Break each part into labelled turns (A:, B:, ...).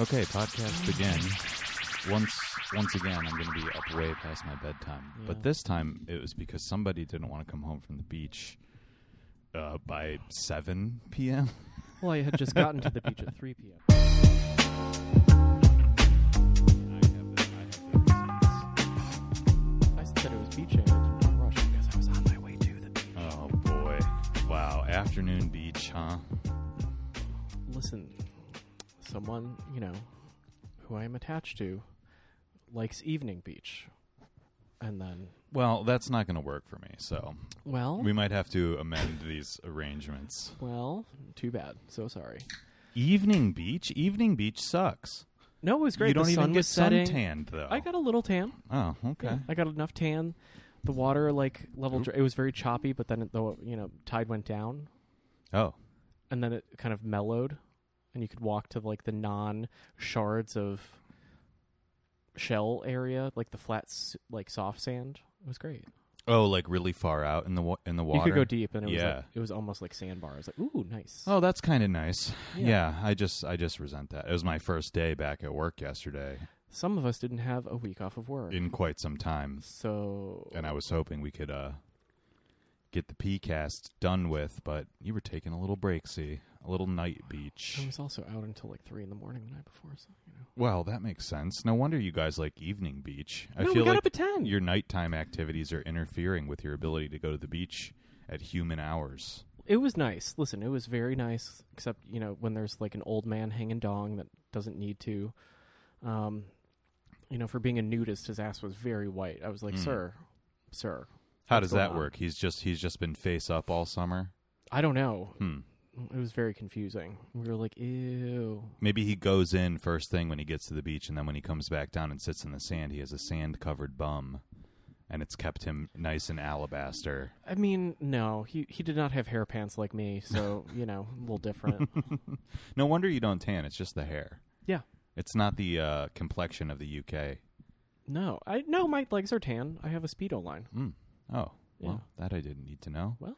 A: Okay, podcast again. Once, once again, I'm going to be up way past my bedtime. But
B: Yeah.
A: this time, it was because somebody didn't want to come home from the beach uh, by 7 p.m.
B: Well, I had just gotten to the beach at 3 p.m. I said it was beaching. I didn't rush because I was on my way to the beach.
A: Oh boy! Wow, afternoon beach, huh?
B: Listen, someone, you know, who I am attached to likes evening beach. And then,
A: Well, that's not going to work for me. So
B: well,
A: we might have to amend these arrangements.
B: well, too bad. So sorry.
A: Evening beach, evening beach sucks.
B: No, it was great.
A: You don't
B: the
A: even
B: sun
A: get
B: was setting.
A: suntanned though.
B: I got a little tan.
A: Oh, okay.
B: Yeah, I got enough tan. The water like level. Dr- it was very choppy, but then it, though you know tide went down,
A: Oh,
B: and then it kind of mellowed, and you could walk to like the non shards of shell area, like the flat s- like soft sand. It was great.
A: oh, like really far out in the wa- in the water.
B: You could go deep, and it was
A: Yeah.
B: like, it was almost like sandbars. Like ooh, nice.
A: Oh, that's kind of nice.
B: Yeah.
A: Yeah. I just I just resent that. It was my first day back at work yesterday
B: Some of us didn't have a week off of work,
A: in quite some time,
B: so
A: and I was hoping we could uh get the P cast done with, but you were taking a little break, see, a little night
B: I
A: beach.
B: was also out until like three in the morning the night before. So you know,
A: Well, that makes sense. No wonder you guys like evening beach. I
B: No, we
A: feel
B: got
A: like
B: up at 10.
A: your nighttime activities are interfering with your ability to go to the beach at human hours.
B: It was nice. Listen, it was very nice, except you know when there's like an old man hanging dong that doesn't need to. Um, you know, for being a nudist, his ass was very white. I was like,
A: Mm.
B: sir, sir.
A: How
B: what's
A: does that
B: going on?"
A: work? He's just he's just been face up all summer.
B: I don't know.
A: Hmm.
B: It was very confusing. We were like, ew.
A: Maybe he goes in first thing when he gets to the beach, and then when he comes back down and sits in the sand, he has a sand covered bum, and it's kept him nice and alabaster.
B: I mean, no, he he did not have hair pants like me, so you know, a little different.
A: No wonder you don't tan; it's just the hair.
B: Yeah.
A: It's not the uh, complexion of the UK.
B: No, I no, my legs are tan. I have a speedo line.
A: Mm. Oh, well,
B: Yeah.
A: that I didn't need to know.
B: Well.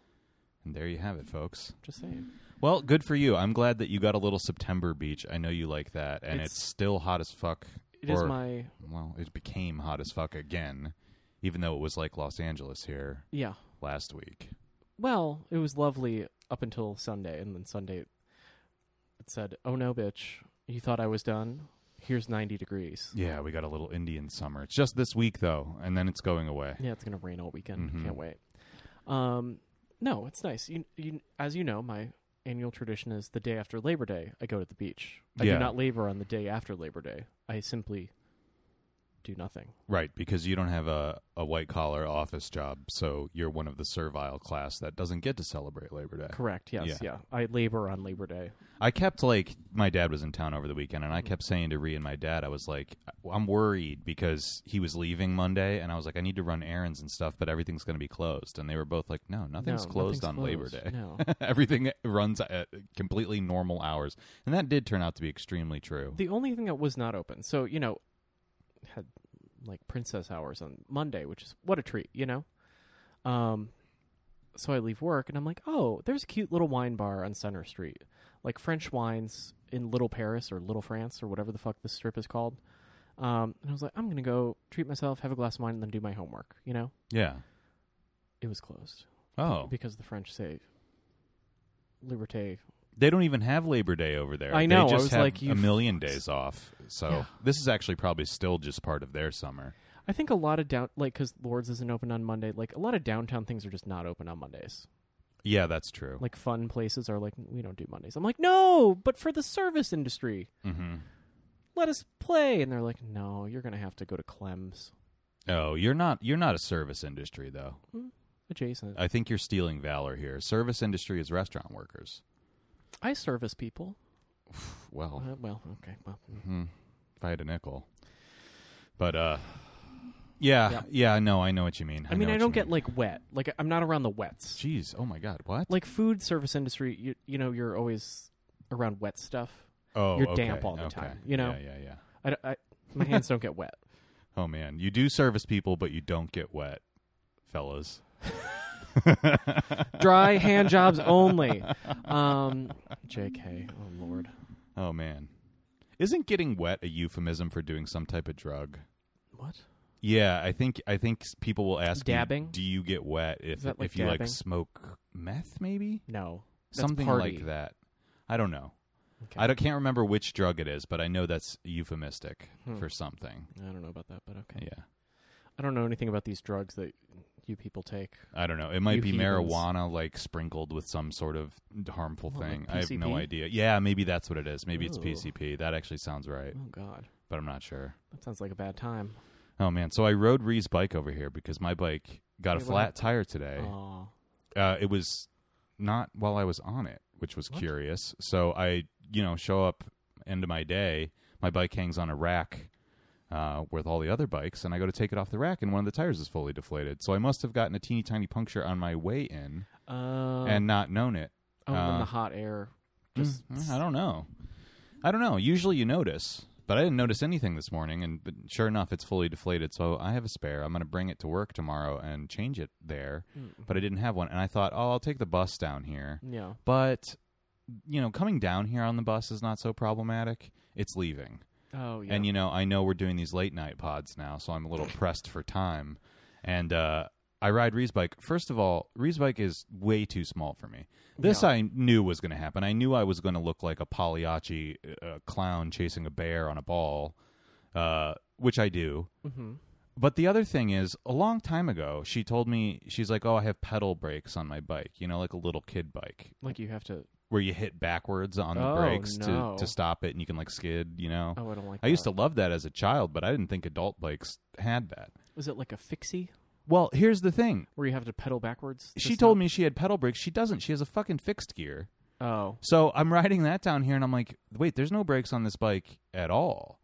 A: and there you have it, folks.
B: Just saying.
A: Well, good for you. I'm glad that you got a little September beach. I know you like that, and it's,
B: It's-
A: still hot as fuck.
B: It is
A: Or-
B: my
A: Well, it became hot as fuck again, even though it was like Los Angeles here
B: yeah.
A: last week.
B: Well, it was lovely up until Sunday, and then Sunday it said, "Oh no, bitch! You thought I was done? Here's 90 degrees.
A: Yeah, we got a little Indian summer. It's just this week though, and then it's going away.
B: Yeah, it's gonna rain all weekend.
A: Mhm.
B: Can't wait." Um, no, it's nice. You, you, as you know, my annual tradition is the day after Labor Day, I go to the beach. I
A: Yeah.
B: do not labor on the day after Labor Day. I simply do nothing.
A: Right, because you don't have a, a white collar office job, so you're one of the servile class that doesn't get to celebrate Labor Day.
B: Correct. Yes.
A: Yeah.
B: Yeah. I labor on Labor Day.
A: I kept like my dad was in town over the weekend, and I kept saying to Ree and my dad, I was like, I'm worried because he was leaving Monday, and I was like, I need to run errands and stuff, but everything's going to be closed. And they were both like, No, nothing's
B: No,
A: closed
B: nothing's
A: on
B: closed.
A: Labor Day.
B: No.
A: Everything runs at completely normal hours, and that did turn out to be extremely true.
B: The only thing that was not open, so you know, had like princess hours on Monday, which is what a treat, you know. Um, so I leave work and I'm like, oh, there's a cute little wine bar on Center Street, like French wines in Little Paris or Little France or whatever the fuck this strip is called. Um, and I was like, I'm gonna go treat myself, have a glass of wine, and then do my homework. You know,
A: yeah.
B: it was closed
A: Oh,
B: because the French say liberté.
A: They don't even have Labor Day over there.
B: I know,
A: They
B: I
A: just
B: was
A: have
B: like,
A: a
B: you-
A: million days off. So
B: Yeah.
A: this is actually probably still just part of their summer.
B: I think a lot of down like because Lords isn't open on Monday. Like a lot of downtown things are just not open on Mondays.
A: Yeah, that's true.
B: like fun places are like we don't do Mondays. I'm like, no, but for the service industry,
A: hmm
B: let us play. And they're like, no, you're gonna have to go to Clem's
A: Oh, you're not you're not a service industry though.
B: adjacent.
A: I think you're stealing valor here. Service industry is restaurant workers.
B: I service people.
A: Well,
B: Uh, well, okay, well,
A: mhm. if I had a nickel, but uh, yeah,
B: Yep.
A: yeah, no, I know what you mean.
B: I, mean,
A: know
B: I
A: what
B: don't
A: you
B: get
A: mean.
B: like wet. Like I'm not around the wets.
A: Jeez, oh my God, what?
B: Like food service industry, you you know, you're always around wet stuff.
A: oh,
B: you're
A: okay,
B: damp all the
A: okay.
B: time, you know?
A: Yeah, yeah, yeah.
B: I, d- I- my hands don't get wet.
A: Oh man, you do service people, but you don't get wet, fellas.
B: Dry hand jobs only. Um, Jk. Oh lord.
A: Oh man. Isn't getting wet a euphemism for doing some type of drug?
B: What?
A: Yeah, I think I think s- people will ask you,
B: Dabbing?
A: do you get wet if
B: Is that like
A: if you like
B: dabbing?
A: smoke meth maybe?
B: No. That's
A: Something
B: party.
A: like that. I don't know.
B: Okay.
A: I don't, can't remember which drug it is, but I know that's euphemistic
B: Hmm.
A: for something.
B: I don't know about that, but okay.
A: Yeah.
B: I don't know anything about these drugs that you people take.
A: I don't know. It might
B: You
A: be
B: heathens.
A: marijuana, like sprinkled with some sort of harmful
B: What, like
A: thing. I have no
B: PCP?
A: idea. Yeah, maybe that's what it is. Maybe it's
B: Ooh.
A: PCP. That actually sounds right,
B: Oh God,
A: but I'm not sure.
B: that sounds like a bad time.
A: Oh man, so I rode Ree's bike over here because my bike got a
B: Hey, what
A: flat
B: happened?
A: tire today.
B: Aw.
A: Uh, it was not while I was on it, which was
B: What?
A: curious. So I, you know, show up end of my day. My bike hangs on a rack uh, with all the other bikes, and I go to take it off the rack, and one of the tires is fully deflated. So I must have gotten a teeny tiny puncture on my way in
B: Uh,
A: and not known it.
B: oh, and then
A: uh,
B: the hot air.
A: Just,
B: Just
A: Mm, I don't know. I don't know. Usually you notice, but I didn't notice anything this morning. And but sure enough, it's fully deflated. So I have a spare. I'm going to bring it to work tomorrow and change it there.
B: Mm.
A: But I didn't have one, and I thought, oh, I'll take the bus down here.
B: yeah.
A: But you know, coming down here on the bus is not so problematic. It's leaving,
B: Oh yeah.
A: and you know, I know we're doing these late night pods now, so I'm a little pressed for time. And uh, I ride Ree's bike. First of all, Ree's bike is way too small for me. This
B: Yeah.
A: I knew was going to happen. I knew I was going to look like a Pagliacci uh, clown chasing a bear on a ball, uh, which I do.
B: hmm
A: But the other thing is, a long time ago, she told me she's like, "Oh, I have pedal brakes on my bike. You know, like a little kid bike
B: Like you have to.
A: where you hit backwards on the
B: Oh,
A: brakes
B: no.
A: to to stop it, and you can like skid. You know,
B: Oh, I don't like.
A: I used to
B: that.
A: love that as a child, but I didn't think adult bikes had that.
B: Was it like a fixie
A: Well, here's the thing.
B: where you have to pedal backwards? to
A: She
B: stop?
A: told me she had pedal brakes. She doesn't. She has a fucking fixed gear.
B: Oh,
A: So I'm riding that down here, and I'm like, wait, there's no brakes on this bike at all.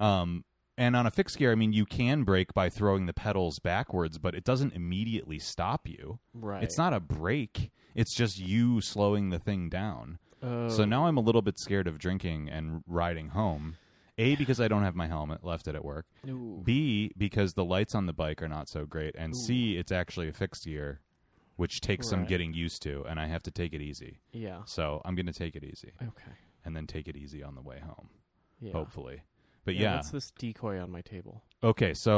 A: Um, and on a fixed gear, I mean, you can brake by throwing the pedals backwards, but it doesn't immediately stop you.
B: right.
A: It's not a brake; it's just you slowing the thing down.
B: Oh,
A: So now I'm a little bit scared of drinking and riding home. A because I don't have my helmet, left it at work.
B: no.
A: B because the lights on the bike are not so great, and
B: Ooh.
A: C it's actually a fixed gear, which takes some
B: Right.
A: getting used to, and I have to take it easy.
B: yeah.
A: So I'm going to take it easy
B: Okay.
A: and then take it easy on the way home,
B: Yeah.
A: hopefully. But
B: yeah,
A: yeah.
B: What's this decoy on my table?
A: Okay, so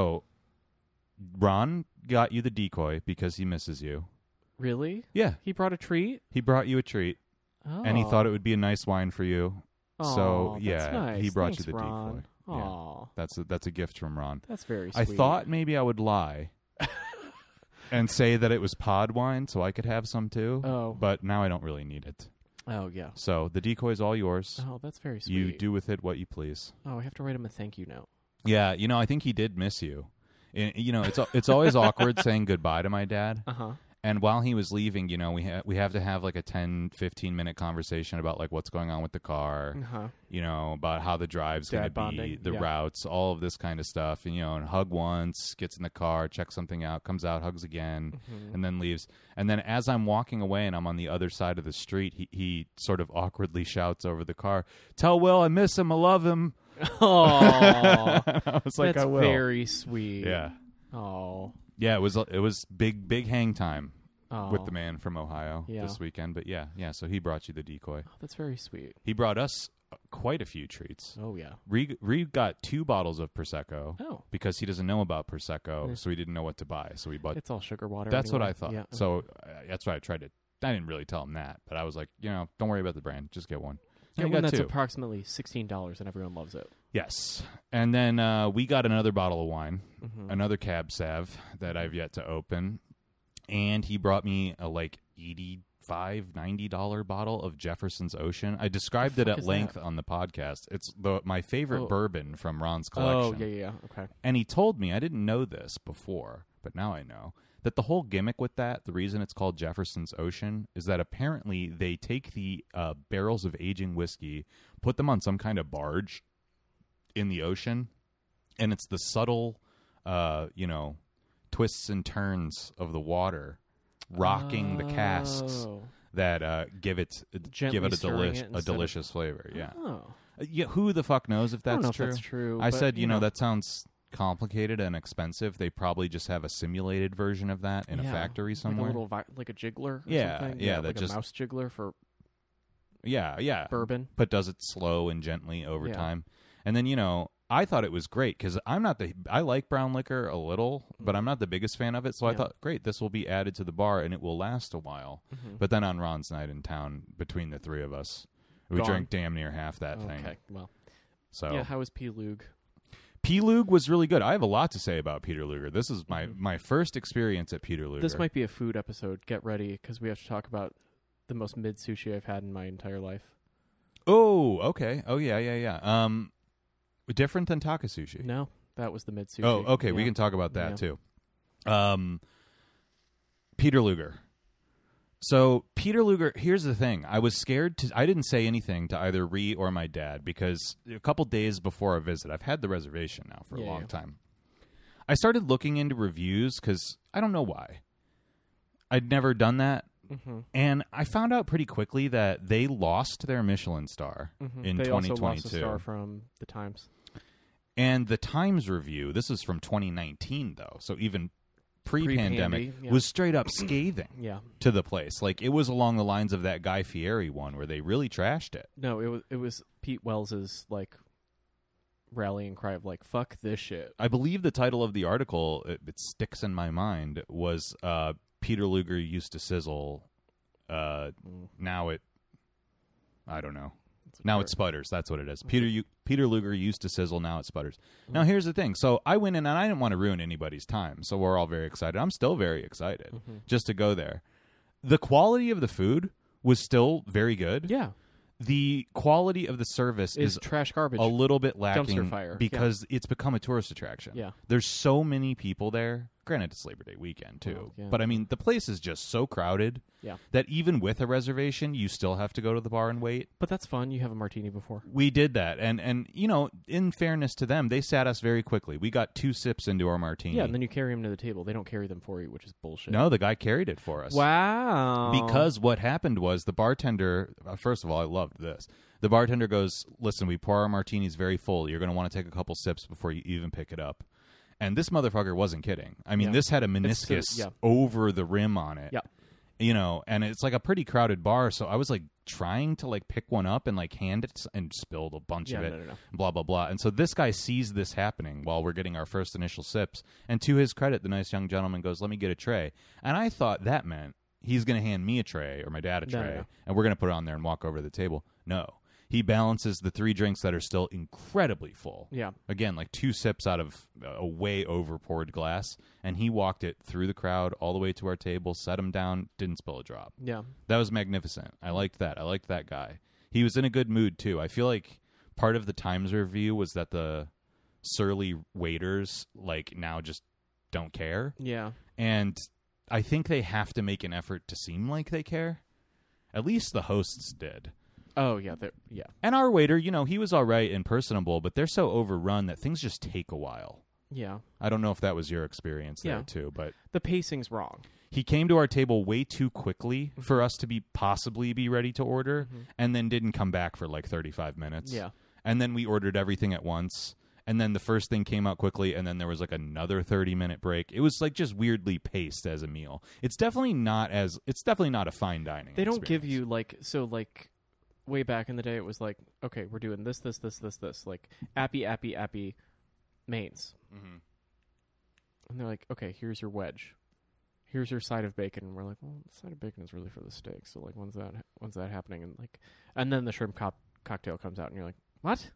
A: Ron got you the decoy because he misses you.
B: Really?
A: Yeah.
B: He brought a treat.
A: He brought you a treat
B: Oh.
A: and he thought it would be a nice wine for you. so,
B: Aw, that's
A: yeah,
B: nice.
A: he brought you
B: Thanks,
A: the
B: Ron.
A: decoy. Yeah.
B: Aw,
A: That's a, that's a gift from Ron.
B: that's very
A: I
B: sweet.
A: thought maybe I would lie and say that it was pod wine so I could have some too,
B: Oh.
A: but now I don't really need it.
B: Oh yeah.
A: So, the decoy is all yours.
B: Oh, that's very sweet.
A: you do with it what you please.
B: Oh, I have to write him a thank you note.
A: Yeah, you know, I think he did miss you. And, you know, it's it's always awkward saying goodbye to my dad.
B: Uh huh.
A: And while he was leaving, you know, we ha- we have to have like a 10, 15 minute conversation about like what's going on with the car,
B: Uh huh.
A: you know, about how the drive's going to
B: Dad
A: be,
B: bonding,
A: the
B: yeah.
A: routes, all of this kind of stuff. And you know, and hug once, gets in the car, checks something out, comes out, hugs again,
B: Mm-hmm.
A: and then leaves. And then as I'm walking away and I'm on the other side of the street, he he sort of awkwardly shouts over the car, "Tell Will I miss him, I love him."
B: Oh,
A: I was like,
B: that's
A: "I will."
B: very sweet.
A: yeah.
B: Oh.
A: Yeah, it was it was big big hang time
B: Oh.
A: with the man from Ohio
B: Yeah.
A: this weekend. But yeah, yeah. So he brought you the decoy.
B: Oh, that's very sweet.
A: He brought us quite a few treats.
B: Oh yeah.
A: Reed, Reed got two bottles of prosecco
B: Oh,
A: because he doesn't know about prosecco,
B: Yeah.
A: so he didn't know what to buy. So we bought.
B: it's all sugar water.
A: That's what
B: anyway.
A: I thought.
B: Yeah.
A: So uh, that's why I tried to. I didn't really tell him that, but I was like, you know, don't worry about the brand. Just get one. And
B: And
A: he
B: one
A: got
B: that's
A: two.
B: approximately sixteen dollars, and everyone loves it.
A: yes, and then uh, we got another bottle of wine.
B: Mm-hmm.
A: another cab sav that I've yet to open, and he brought me a like eighty five ninety dollar bottle of Jefferson's Ocean. I described it
B: fuck
A: at
B: is that?
A: length on the podcast. It's the my favorite
B: Oh.
A: bourbon from Ron's
B: Oh
A: collection.
B: yeah, yeah, yeah. Okay.
A: And he told me I didn't know this before, but now I know that the whole gimmick with that, the reason it's called Jefferson's Ocean, is that apparently they take the uh, barrels of aging whiskey, put them on some kind of barge in the ocean, and it's the subtle, uh, you know, twists and turns of the water rocking the casks
B: Oh.
A: that uh, give it
B: Gently
A: give it a
B: stirring
A: delish
B: it
A: a
B: instead of-
A: delicious flavor. Yeah.
B: Oh.
A: Uh, yeah, who the fuck knows if
B: I don't
A: that's
B: know
A: true?
B: If that's true.
A: I
B: but,
A: said, you, know, that sounds complicated and expensive. They probably just have a simulated version of that in a
B: Yeah,
A: factory
B: like a
A: somewhere.
B: little vi- like a jiggler. Or
A: Yeah,
B: something.
A: yeah, that
B: like
A: just-
B: a mouse jiggler for
A: Yeah, yeah.
B: bourbon.
A: but does it slow and gently over
B: Yeah.
A: time. And then, you know, I thought it was great because I'm not the, I like brown liquor a little, but I'm not the biggest fan of it. So I
B: Mm. Yeah.
A: thought, great, this will be added to the bar and it will last a while. But then on Ron's night in town, between the three of us, we
B: Gone.
A: drank damn near half that thing.
B: Okay, well,
A: So
B: yeah. How is P. Lug?
A: P. Lug was really good. I have a lot to say about Peter Luger. This is my, my first experience at Peter Luger.
B: Mm-hmm. This might be a food episode. Get ready because we have to talk about the most mid sushi I've had in my entire life.
A: oh, okay. Oh, yeah, yeah, yeah. Um, different than Taka Sushi.
B: No, that was the mid sushi.
A: Oh, okay. We
B: Yeah.
A: can talk about that
B: Yeah.
A: too. Um, Peter Luger. So Peter Luger. Here's the thing. I was scared to. I didn't say anything to either Ree or my dad because a couple days before our visit, I've had the reservation now for a
B: Yeah,
A: long
B: yeah.
A: time. I started looking into reviews because I don't know why. I'd never done that.
B: Mm-hmm,
A: And I found out pretty quickly that they lost their Michelin star in
B: Mm-hmm. they
A: 2022
B: also lost a star from the Times.
A: and the Times review, this is from 2019 though, so even pre-pandemic,
B: Pre-pandy, yeah.
A: was straight up scathing
B: Yeah,
A: to the place. Like it was along the lines of that Guy Fieri one where they really trashed it.
B: no, it was it was Pete Wells's like rallying cry of like "fuck this shit."
A: I believe the title of the article it, it sticks in my mind was uh, Peter Luger used to sizzle. Uh, Now it, I don't know.
B: Mm. It's Mm-hmm.
A: Now
B: like,
A: it sputters. That's what it is. Peter you, Peter Luger used to sizzle. Now it sputters. Now
B: Mm-hmm.
A: here's the thing. So I went in and I didn't want to ruin anybody's time. So we're all very excited. I'm still very excited
B: Mm-hmm.
A: just to go there. The quality of the food was still very good.
B: yeah,
A: The quality of the service
B: is
A: is,
B: trash garbage.
A: a little bit lacking
B: fire. Yeah.
A: because it's become a tourist attraction.
B: Yeah.
A: There's so many people there. Granted, it's Labor Day weekend too,
B: Well, yeah.
A: but I mean the place is just so crowded
B: Yeah.
A: that even with a reservation, you still have to go to the bar and wait
B: but that's fun. You have a martini before.
A: we did that and and you know in fairness to them they sat us very quickly we got two sips into our martini
B: Yeah, and then you carry them to the table. They don't carry them for you, which is bullshit.
A: Mm-hmm. no the guy carried it for us
B: Wow.
A: because what happened was the bartender uh, first of all i loved this the bartender goes listen we pour our martinis very full you're going to want to take a couple sips before you even pick it up and this motherfucker wasn't kidding i mean
B: Yeah.
A: this had a
B: It's-
A: meniscus
B: yeah.
A: over the rim on it
B: Yeah.
A: you know and it's like a pretty crowded bar so i was like trying to like pick one up and like hand it s- and spilled a bunch
B: Yeah,
A: of it
B: no, no, no.
A: blah blah blah and so this guy sees this happening while we're getting our first initial sips and to his credit the nice young gentleman goes let me get a tray and i thought that meant he's going to hand me a tray or my dad a
B: No,
A: tray
B: no, no.
A: and we're going to put it on there and walk over to the table no he balances the three drinks that are still incredibly full
B: Yeah.
A: again like two sips out of a way over poured glass and he walked it through the crowd all the way to our table set him down didn't spill a drop
B: Yeah.
A: that was magnificent i liked that i liked that guy he was in a good mood too i feel like part of the times review was that the surly waiters like now just don't care
B: Yeah.
A: and i think they have to make an effort to seem like they care at least the hosts did
B: Oh yeah. they're- Yeah.
A: and our waiter you know he was all right and personable but they're so overrun that things just take a while
B: Yeah.
A: I don't know if that was your experience there
B: Yeah.
A: too, but
B: The pacing's wrong.
A: he came to our table way too quickly
B: Mm-hmm.
A: for us to be possibly be ready to order and then didn't come back for like 35 minutes.
B: Yeah.
A: And then we ordered everything at once and then the first thing came out quickly and then there was like another 30 minute break. It was like just weirdly paced as a meal. It's definitely not as it's definitely not a fine dining.
B: They don't give
A: experience.
B: you like so like way back in the day it was like okay we're doing this this this this this like appy appy appy mains
A: Mhm.
B: and they're like okay here's your wedge here's your side of bacon and we're like well the side of bacon is really for the steak so like when's that when's that happening and like and then the shrimp cop- cocktail comes out and you're like what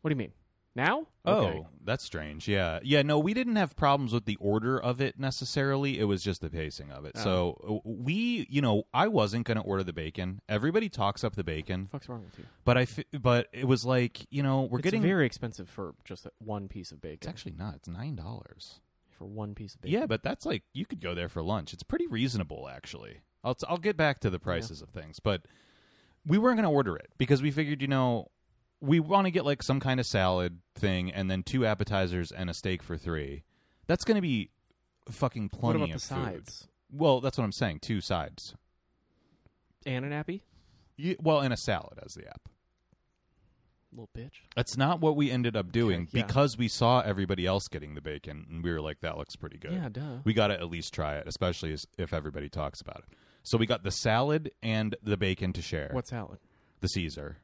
B: what do you mean now Okay.
A: Oh, that's strange. Yeah. Yeah, no, we didn't have problems with the order of it necessarily. It was just the pacing of it.
B: Oh.
A: So w- we, you know, I wasn't going to order the bacon. Everybody talks up the bacon,
B: the fuck's wrong with you
A: but I f- but it was like, you know, we're
B: it's
A: getting
B: very expensive for just that one piece of bacon
A: It's actually not. It's $9.
B: for one piece of bacon
A: Yeah, but that's like you could go there for lunch. It's pretty reasonable actually. I'll t- I'll get back to the prices of things, but we weren't going to order it because we figured, you know, we want to get like some kind of salad thing and then two appetizers and a steak for 3. That's going to be fucking
B: what
A: plenty
B: about the
A: of food.
B: sides
A: Well, that's what I'm saying, two sides.
B: and an appy
A: You, well, and a salad as the app.
B: little bitch
A: That's not what we ended up doing
B: yeah.
A: because we saw everybody else getting the bacon and we were like that looks pretty good.
B: yeah duh
A: we got to at least try it, especially as, if everybody talks about it. So we got the salad and the bacon to share.
B: What salad?
A: the Caesar,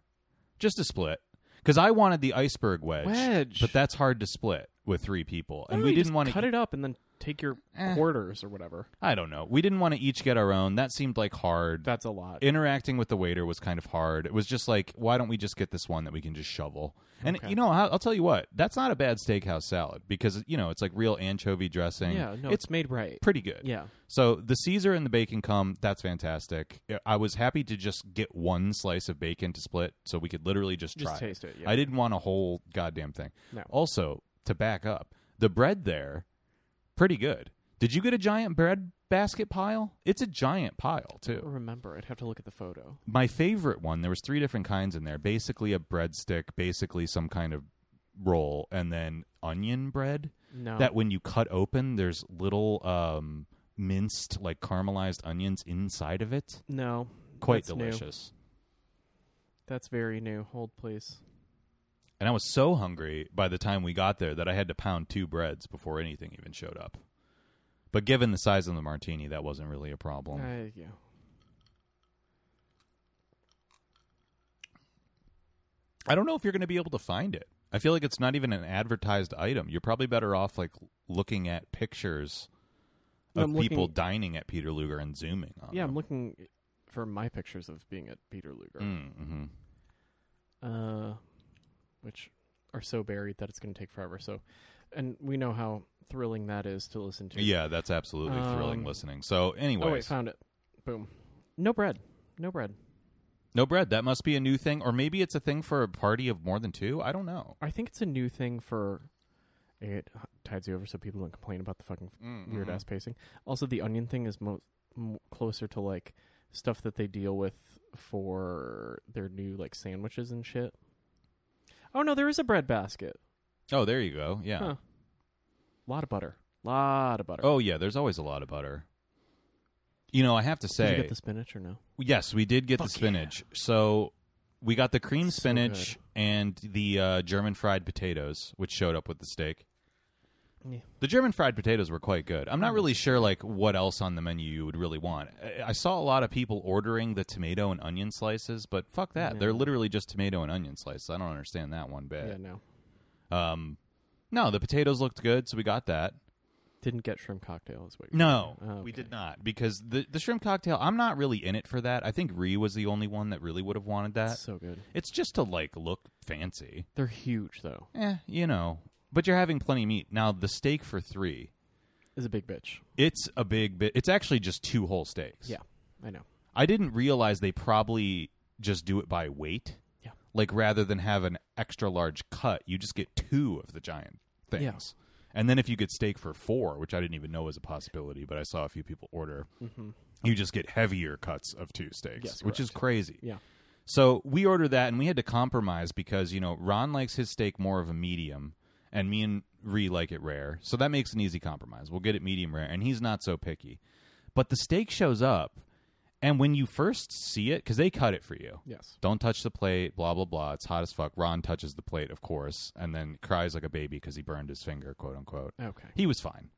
A: just a split. Because I wanted the iceberg wedge,
B: Wedge.
A: but that's hard to split with three people, and
B: Why don't
A: we
B: Oh, you
A: didn't
B: just
A: want to
B: cut it up and then take your
A: Eh.
B: quarters or whatever.
A: I don't know. We didn't want to each get our own. That seemed like hard.
B: That's a lot.
A: Interacting with the waiter was kind of hard. It was just like, why don't we just get this one that we can just shovel? And
B: Okay.
A: you know, I'll I'll tell you what, that's not a bad steakhouse salad because you know it's like real anchovy dressing.
B: yeah, no,
A: it's
B: it's made right.
A: pretty good.
B: Yeah,
A: So the Caesar and the bacon come. That's fantastic. I was happy to just get one slice of bacon to split, so we could literally just,
B: just
A: try. it.
B: taste it. Yeah.
A: I didn't want a whole goddamn thing.
B: No.
A: Also, to back up, the bread there, pretty good. Did you get a giant bread basket pile? It's a giant pile
B: I
A: too.
B: don't remember. I'd have to look at the photo.
A: My favorite one, there was three different kinds in there. Basically a breadstick, basically some kind of roll, and then onion bread
B: No,
A: that when you cut open, there's little um minced like caramelized onions inside of it.
B: no,
A: Quite
B: That's new.
A: delicious.
B: that's very new. Hold please.
A: And I was so hungry by the time we got there that I had to pound two breads before anything even showed up. But given the size of the martini, that wasn't really a problem.
B: Uh, yeah.
A: I don't know if you're going to be able to find it. I feel like it's not even an advertised item. You're probably better off like looking at pictures
B: No,
A: of
B: I'm
A: people
B: looking-
A: dining at Peter Luger and zooming on.
B: Yeah, I'm
A: them.
B: looking for my pictures of being at Peter Luger,
A: Mm, mhm.
B: uh, which are so buried that it's going to take forever. So, and we know how thrilling that is to listen to.
A: Yeah, that's absolutely thrilling
B: Um,
A: listening. So,
B: Oh wait,
A: anyways,
B: found it. Boom. No bread. No bread.
A: no bread. That must be a new thing, or maybe it's a thing for a party of more than two. I don't know.
B: I think it's a new thing for. It tides you over so people don't complain about the fucking
A: Mm,
B: weird
A: mhm.
B: ass pacing. Also, the onion thing is mo- m- closer to like stuff that they deal with for their new like sandwiches and shit. Oh no, there is a bread basket.
A: Oh, there you go. Yeah.
B: Huh. lot of butter. lot of butter.
A: Oh yeah, there's always a lot of butter. You know, I have to
B: Did you
A: say,
B: get the spinach or no?
A: yes, we did get the
B: Fuck yeah.
A: spinach. So we got the cream
B: So
A: spinach and the uh, German fried potatoes, which showed up with the steak.
B: Yeah.
A: The German fried potatoes were quite good. I'm not
B: Mm.
A: really sure like what else on the menu you would really want. I- I saw a lot of people ordering the tomato and onion slices, but fuck that. They're
B: No.
A: literally just tomato and onion slices. I don't understand that one
B: Yeah,
A: bit.
B: no.
A: Um, no, the potatoes looked good, so we got that.
B: Didn't get shrimp cocktail is what. You're
A: No,
B: Oh,
A: we
B: okay.
A: did not because the the shrimp cocktail. I'm not really in it for that. I think Ree was the only one that really would have wanted that.
B: So good.
A: It's just to like look fancy,
B: They're huge though.
A: eh? You know, but you're having plenty of meat now. The steak for three,
B: Is a big bitch.
A: it's a big bit. It's actually just two whole steaks.
B: Yeah, I know.
A: I didn't realize they probably just do it by weight.
B: Yeah.
A: Like rather than have an extra large cut, you just get two of the giant things.
B: Yeah.
A: And then if you get steak for four, which I didn't even know was a possibility, but I saw a few people order, you just get heavier cuts of two steaks,
B: Mm-hmm. Yes,
A: which is crazy.
B: Yeah.
A: So we ordered that and we had to compromise because, you know, Ron likes his steak more of a medium and me and Ree like it rare. So that makes an easy compromise. We'll get it medium rare and he's not so picky. But the steak shows up and when you first see it, because they cut it for you.
B: Yes.
A: Don't touch the plate, blah, blah, blah. It's hot as fuck. Ron touches the plate, of course, and then cries like a baby because he burned his finger, quote unquote.
B: Okay.
A: He was fine.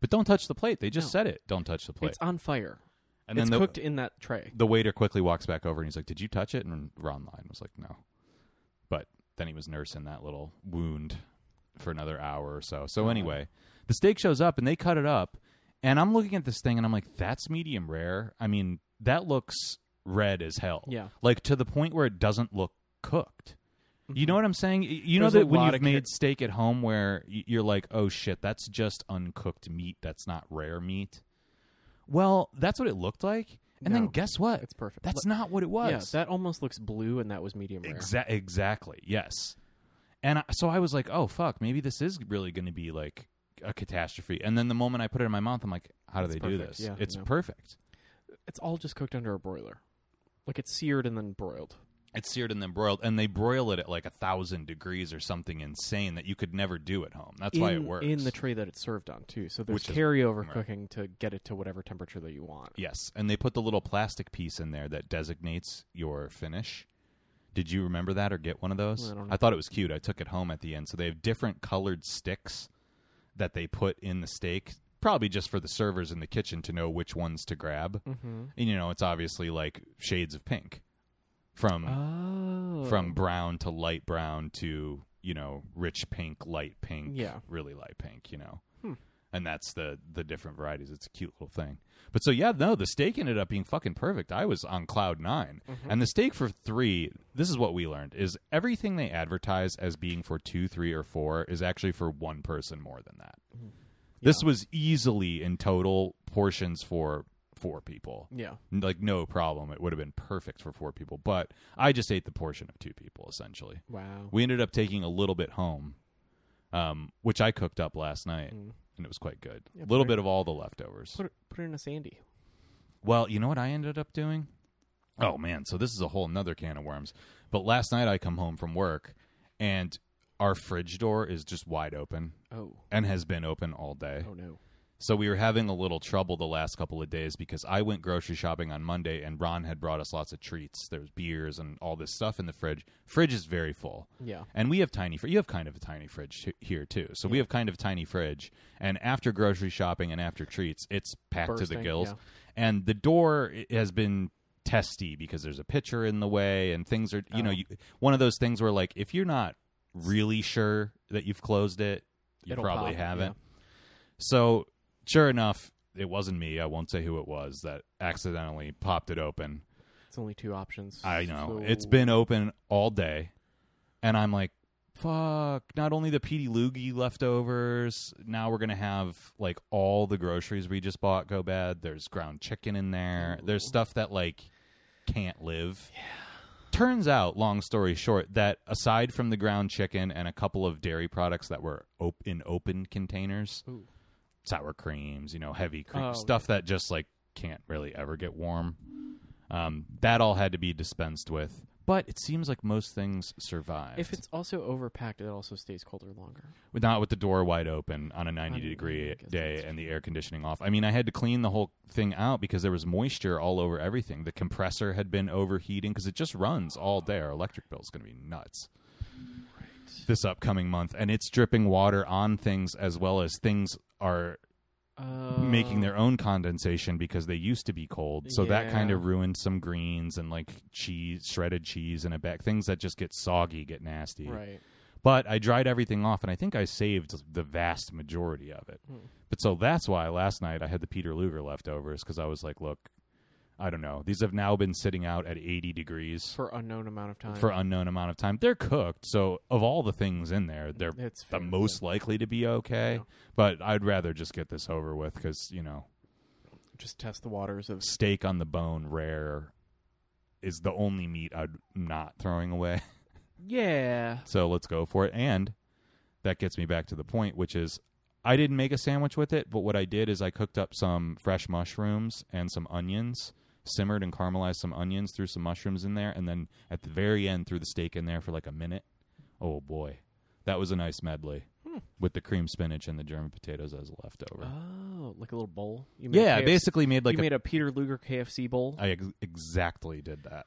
A: But don't touch the plate. They just
B: No.
A: said it. Don't touch the plate.
B: It's on fire.
A: and
B: it's
A: then the,
B: cooked in that tray.
A: the waiter quickly walks back over and he's like, Did you touch it? And Ron Line was like, No. But then he was nursing that little wound for another hour or so. So
B: God.
A: anyway, the steak shows up and they cut it up. And I'm looking at this thing and I'm like, That's medium rare. I mean, that looks red as hell.
B: Yeah.
A: Like to the point where it doesn't look cooked. You know what I'm saying? Y- You
B: Mm-hmm. There's
A: know
B: a
A: that when
B: lot
A: you've
B: of
A: made
B: char-
A: steak at home where y- you're like, oh shit, that's just uncooked meat. That's not rare meat. Well, that's what it looked like. And then
B: No.
A: guess what?
B: It's perfect.
A: That's not what it
B: Yeah,
A: was.
B: that almost looks blue, and that was medium rare.
A: Exa- exactly. Yes. And I, so I was like, oh fuck, maybe this is really going to be like a catastrophe. And then the moment I put it in my mouth, I'm like, how do
B: It's
A: they do
B: perfect.
A: this?
B: Yeah,
A: it's
B: no.
A: perfect.
B: It's all just cooked under a broiler, like it's seared and then broiled.
A: It's seared and then broiled, and they broil it at like a thousand degrees or something insane that you could never do at home. That's why it
B: In-
A: works.
B: in the tray that it's served on too. So there's
A: Which is-
B: carryover
A: right.
B: cooking to get it to whatever temperature that you want.
A: Yes, and they put the little plastic piece in there that designates your finish. Did you remember that or get one of those?
B: I don't know.
A: thought it was cute. I took it home at the end. So they have different colored sticks that they put in the steak, probably just for the servers in the kitchen to know which ones to grab.
B: Mm-hmm.
A: And you know, it's obviously like shades of pink from
B: Oh.
A: Mm. from brown to light brown to you know rich pink light pink
B: Yeah.
A: really light pink you know
B: Hmm.
A: and that's the the different varieties it's a cute little thing but so yeah no the steak ended up being fucking perfect i was on cloud 9
B: Mm-hmm.
A: and the steak for three this is what we learned is everything they advertise as being for two three or four is actually for one person more than that
B: Mm-hmm.
A: this was easily in total portions for four people
B: Yeah.
A: like no problem. It would have been perfect for four people, but I just ate the portion of two people essentially.
B: Wow.
A: We ended up taking a little bit home, um, which I cooked up last night, and it was quite good. A
B: Yeah,
A: little
B: put it-
A: bit of all the leftovers.
B: Put it, put it in a sandy.
A: Well, you know what I ended up doing? Oh man, so this is a whole nother can of worms. But last night I come home from work, and our fridge door is just wide open
B: Oh.
A: and has been open all day.
B: Oh no.
A: So we were having a little trouble the last couple of days because I went grocery shopping on Monday and Ron had brought us lots of treats. There was beers and all this stuff in the fridge. Fridge is very full.
B: Yeah.
A: And we have tiny fr- you have kind of a tiny fridge t- here too. So we have kind of a tiny fridge and after grocery shopping and after treats, it's packed to
B: Bursting,
A: the gills.
B: yeah.
A: And the door i- has been testy because there's a pitcher in the way and things are you know
B: Oh.
A: you, one of those things where like if you're not really sure that you've closed it, you
B: It'll
A: probably
B: pop,
A: haven't.
B: yeah.
A: So, sure enough, it wasn't me. I won't say who it was that accidentally popped it open.
B: It's only two options.
A: I know.
B: so-
A: It's been open all day. And I'm like, fuck, not only the PD Loogie leftovers, now we're going to have like all the groceries we just bought go bad. There's ground chicken in there. There's
B: Ooh.
A: stuff that like can't live. Turns out, long story short, that aside from the ground chicken and a couple of dairy products that were op- in open containers,
B: Ooh.
A: sour creams, you know, heavy cream
B: Oh,
A: stuff that just like can't really ever get warm. Um, that all had to be dispensed with. But it seems like most things survive.
B: If it's also overpacked, it also stays colder longer.
A: not with the door wide open on a ninety
B: I mean,
A: degree
B: I guess
A: day
B: that's
A: and the air conditioning off. I mean, I had to clean the whole thing out because there was moisture all over everything. The compressor had been overheating because it just runs all day. Our electric bill is going to be nuts. This upcoming month, and it's dripping water on things as well as things are
B: Uh,
A: making their own condensation because they used to be cold. So that
B: Yeah.
A: kind of ruined some greens and like cheese, shredded cheese in a bag, things that just get soggy, get nasty.
B: Uh, right.
A: But I dried everything off and I think I saved the vast majority of it.
B: Hmm.
A: But so that's why last night I had the Peter Luger leftovers because I was like, look, I don't know. These have now been sitting out at 80 degrees
B: for unknown amount of time.
A: for unknown amount of time. They're cooked. So of all the things in there, they're
B: it's
A: the
B: fair,
A: most likely to be okay.
B: Yeah.
A: But I'd rather just get this over with because, you know,
B: yeah. Just test the waters of
A: steak on the bone rare is the only meat I'm not throwing away.
B: yeah.
A: So let's go for it. And that gets me back to the point, which is I didn't make a sandwich with it, but what I did is I cooked up some fresh mushrooms and some onions, simmered and caramelized some onions, threw some mushrooms in there, and then at the very end threw the steak in there for like a minute. Oh boy. That was a nice medley
B: Hmm.
A: with the cream spinach and the German potatoes as a leftover.
B: Oh, like a little bowl. You made
A: yeah,
B: KFC
A: basically made like
B: you
A: a
B: made a Peter Luger KFC bowl.
A: I ex- exactly did that,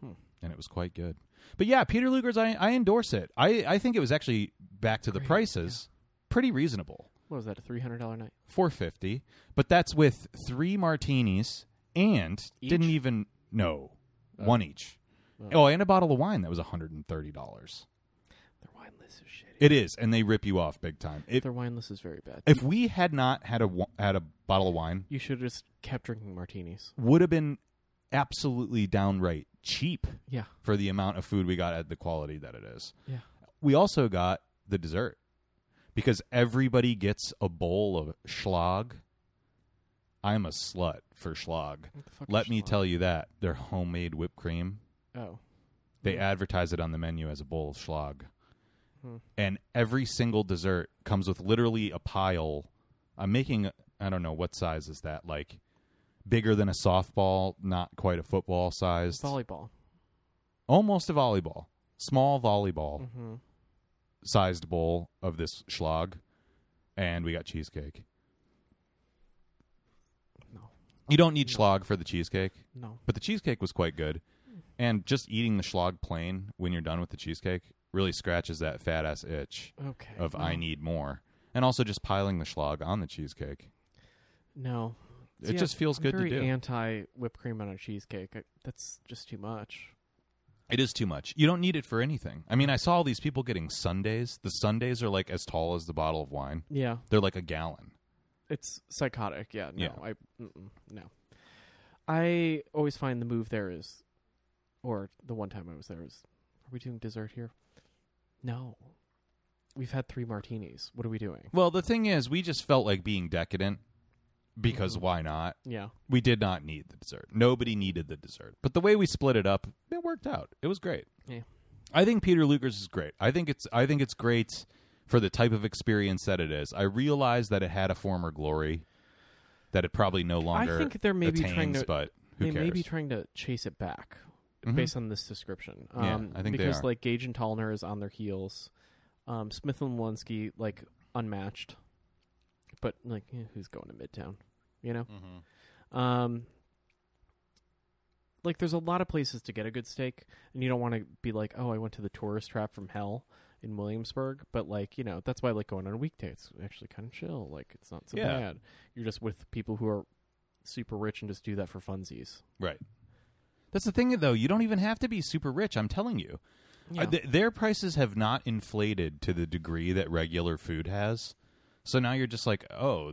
B: Hmm.
A: and it was quite good. But yeah, Peter Luger's, I, I endorse it. I, I think it was actually back to the
B: Great,
A: prices, pretty reasonable,
B: what was that? A three hundred dollar night.
A: four fifty. But that's with three martinis and
B: Each?
A: didn't even no
B: Oh.
A: one each.
B: Oh.
A: Oh, and a bottle of wine that was hundred and thirty dollars.
B: Their wine list is shitty.
A: It is, and they rip you off big time. If
B: Their wine list is very bad.
A: if we had not had a wa- had a bottle of wine,
B: you should have just kept drinking martinis.
A: would have been absolutely downright cheap
B: Yeah.
A: for the amount of food we got at the quality that it is.
B: Yeah.
A: we also got the dessert because everybody gets a bowl of schlag. I'm a slut for schlag.
B: What the fuck
A: Let me tell you that they're homemade whipped cream.
B: Oh.
A: They
B: Mm.
A: advertise it on the menu as a bowl of schlag,
B: Hmm.
A: and every single dessert comes with literally a pile. I'm making I don't know what size is that like. Bigger than a softball, not quite a football size.
B: Volleyball.
A: Almost a volleyball. Small volleyball
B: Mm-hmm.
A: sized bowl of this schlag, and we got cheesecake.
B: No.
A: You don't need schlag for the cheesecake,
B: No.
A: but the cheesecake was quite good. And just eating the schlag plain when you're done with the cheesecake really scratches that fat ass itch
B: Okay. Mm-hmm.
A: of
B: no.
A: I need more. And also just piling the schlag on the cheesecake.
B: No.
A: It just feels
B: I'm
A: good to
B: very
A: do.
B: Anti whipped cream on a cheesecake. I, that's just too much.
A: It is too much. You don't need it for anything. I mean, I saw all these people getting Sundays. The Sundays are like as tall as the bottle of wine.
B: Yeah,
A: They're like a gallon.
B: it's psychotic. Yeah, no,
A: Yeah.
B: I mm-mm, no. I always find the move there is, or the one time I was there is, are we doing dessert here? No, we've had three martinis. What are we doing?
A: Well, the thing is, we just felt like being decadent because
B: Mhm.
A: why not?
B: Yeah,
A: We did not need the dessert. Nobody needed the dessert. But the way we split it up, it worked out. It was great.
B: Yeah.
A: I think Peter Luger's is great. I think it's I think it's great for the type of experience that it is. I realize that it had a former glory that it probably no longer
B: I think they're maybe
A: attains,
B: trying to
A: but who
B: they
A: cares?
B: may be trying to chase it back
A: Mhm.
B: based on this description. Um,
A: Yeah, I think they
B: because
A: are.
B: like Gage and Tallner is on their heels. Um, Smith and Walensky like unmatched, but like eh, who's going to Midtown? You know,
A: Mhm.
B: um, like there's a lot of places to get a good steak, and you don't want to be like, oh, I went to the tourist trap from hell in Williamsburg. But like, you know, that's why I like going on a weekday. It's actually kind of chill. Like, it's not so
A: Yeah.
B: bad. You're just with people who are super rich and just do that for funsies.
A: Right. That's the thing, though. You don't even have to be super rich. I'm telling you,
B: Yeah.
A: Uh, th- their prices have not inflated to the degree that regular food has. So now you're just like, oh,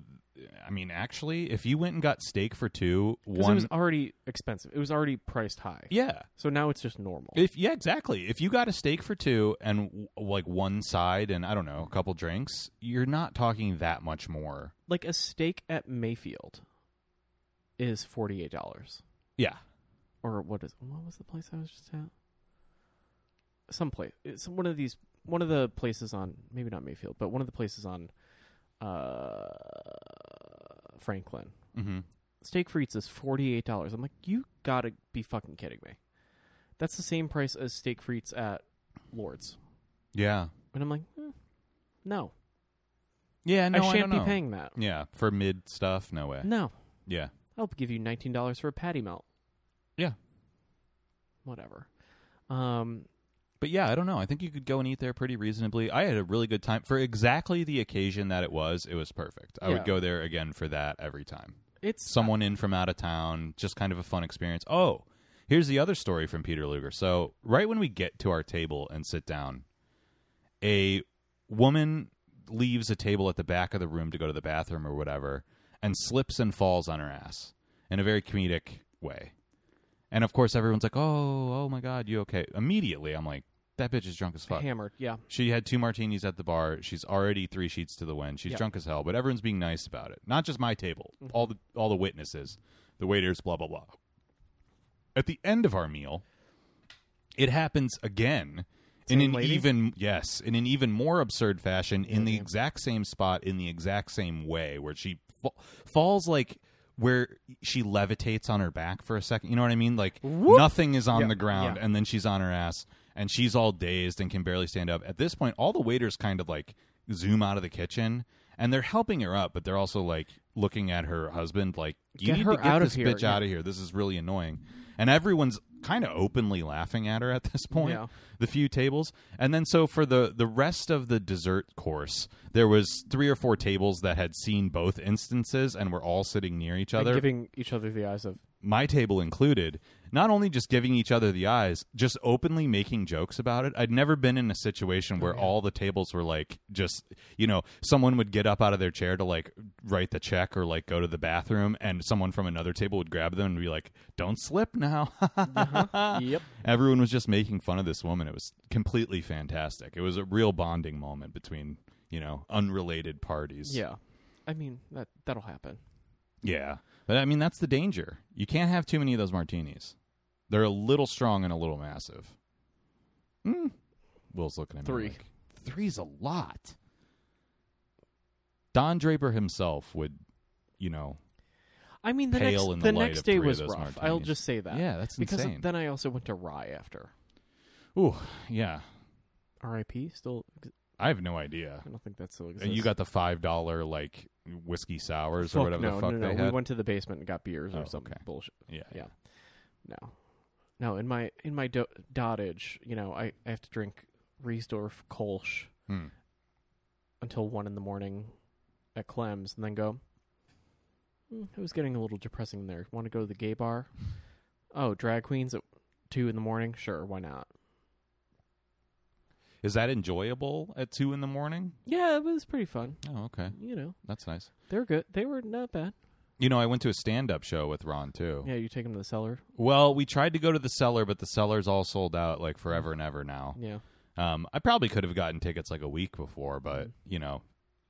A: I mean, actually, if you went and got steak for two,
B: 'Cause
A: one,
B: it was already expensive. It was already priced high.
A: yeah,
B: So now it's just normal.
A: if yeah, exactly. If you got a steak for two and w- like one side and I don't know, a couple drinks, you're not talking that much more.
B: like a steak at Mayfield is forty eight dollars.
A: Yeah,
B: Or what is what was the place I was just at? Some place. It's one of these one of the places on maybe not Mayfield, but one of the places on uh Franklin.
A: hmm
B: Steak frites is forty eight dollars. I'm like, you gotta be fucking kidding me. That's the same price as steak frites at Lord's.
A: yeah,
B: And I'm like, "Hmm, no.
A: yeah. Uh, No,
B: I
A: I don't
B: shan't be
A: know.
B: paying that.
A: Yeah, for mid stuff, no way.
B: No,
A: Yeah,
B: I'll give you nineteen dollars for a patty melt.
A: Yeah.
B: Whatever. Um.
A: But yeah, I don't know. I think you could go and eat there pretty reasonably. I had a really good time for exactly the occasion that it was. It was perfect. I
B: Yeah.
A: would go there again for that every time.
B: It's
A: Someone in from out of town, just kind of a fun experience. Oh, here's the other story from Peter Luger. So, right when we get to our table and sit down, a woman leaves a table at the back of the room to go to the bathroom or whatever and slips and falls on her ass in a very comedic way. And of course, everyone's like, "Oh, oh my god, you okay?" Immediately, I'm like, "That bitch is drunk as fuck."
B: hammered. Yeah.
A: She had two martinis at the bar. She's already three sheets to the wind. She's
B: Yeah. Mm-hmm.
A: drunk as hell, but everyone's being nice about it. Not just my table. All the all the witnesses, the waiters, blah blah blah. At the end of our meal, it happens again
B: Same
A: in an
B: lady? Mm-hmm.
A: even yes, in an even more absurd fashion in the
B: damn.
A: exact same spot in the exact same way where she fa- falls like where she levitates on her back for a second. You know what I mean? Like
B: Whoop.
A: nothing is on
B: Yeah,
A: the ground
B: yeah.
A: and then she's on her ass and she's all dazed and can barely stand up. At this point, all the waiters kind of like zoom out of the kitchen and they're helping her up, but they're also like looking at her husband like you
B: Get
A: need
B: her
A: to get
B: out of
A: this
B: here,
A: bitch
B: yeah.
A: out of here. This is really annoying. And everyone's kind of openly laughing at her at this point.
B: Yeah.
A: The few tables. And then so for the the rest of the dessert course, there was three or four tables that had seen both instances and were all sitting near each
B: And
A: other
B: giving each other the eyes of
A: my table included, not only just giving each other the eyes, just openly making jokes about it. I'd never been in a situation where all the tables were like just, you know, someone would get up out of their chair to like write the check or like go to the bathroom and someone from another table would grab them and be like, "Don't slip now."
B: yep.
A: Everyone was just making fun of this woman. It was completely fantastic. It was a real bonding moment between, you know, unrelated parties.
B: Yeah. I mean that that'll happen.
A: Yeah. But I mean, that's the danger. You can't have too many of those martinis. They're a little strong and a little massive. Mm. Will's looking at
B: Three.
A: me. like, Three's a lot. Don Draper himself would, you know.
B: I mean the
A: Pale in
B: next
A: the
B: the,
A: light
B: next
A: of
B: day
A: three of
B: was
A: those
B: rough.
A: martinis.
B: I'll just say that.
A: Yeah, that's
B: Because
A: insane.
B: then I also went to Rye after.
A: Ooh, yeah.
B: R.I.P. Still,
A: I have no idea.
B: I don't think that still exists.
A: And you got the five dollar like whiskey sours
B: Fuck
A: or whatever
B: no,
A: the fuck
B: no, no.
A: they
B: we
A: had.
B: went to the basement and got beers
A: Oh,
B: or some
A: okay.
B: bullshit.
A: yeah,
B: Yeah. No, no. In my in my do- dotage, you know, I, I have to drink Riesdorf Kolsch
A: Hmm.
B: until one in the morning at Clem's, and then go. "Hmm, it was getting a little depressing there. Want to go to the gay bar? Oh, drag queens at two in the morning? Sure, why not?
A: Is that enjoyable at two in the morning?
B: Yeah, it was pretty fun.
A: Oh, okay,
B: You know,
A: that's nice.
B: they're good. They were not bad.
A: You know, I went to a stand-up show with Ron too.
B: Yeah, you take them to the cellar.
A: Well, we tried to go to the cellar, but the cellar's all sold out like forever and ever now.
B: Yeah,
A: Um, I probably could have gotten tickets like a week before, but you know,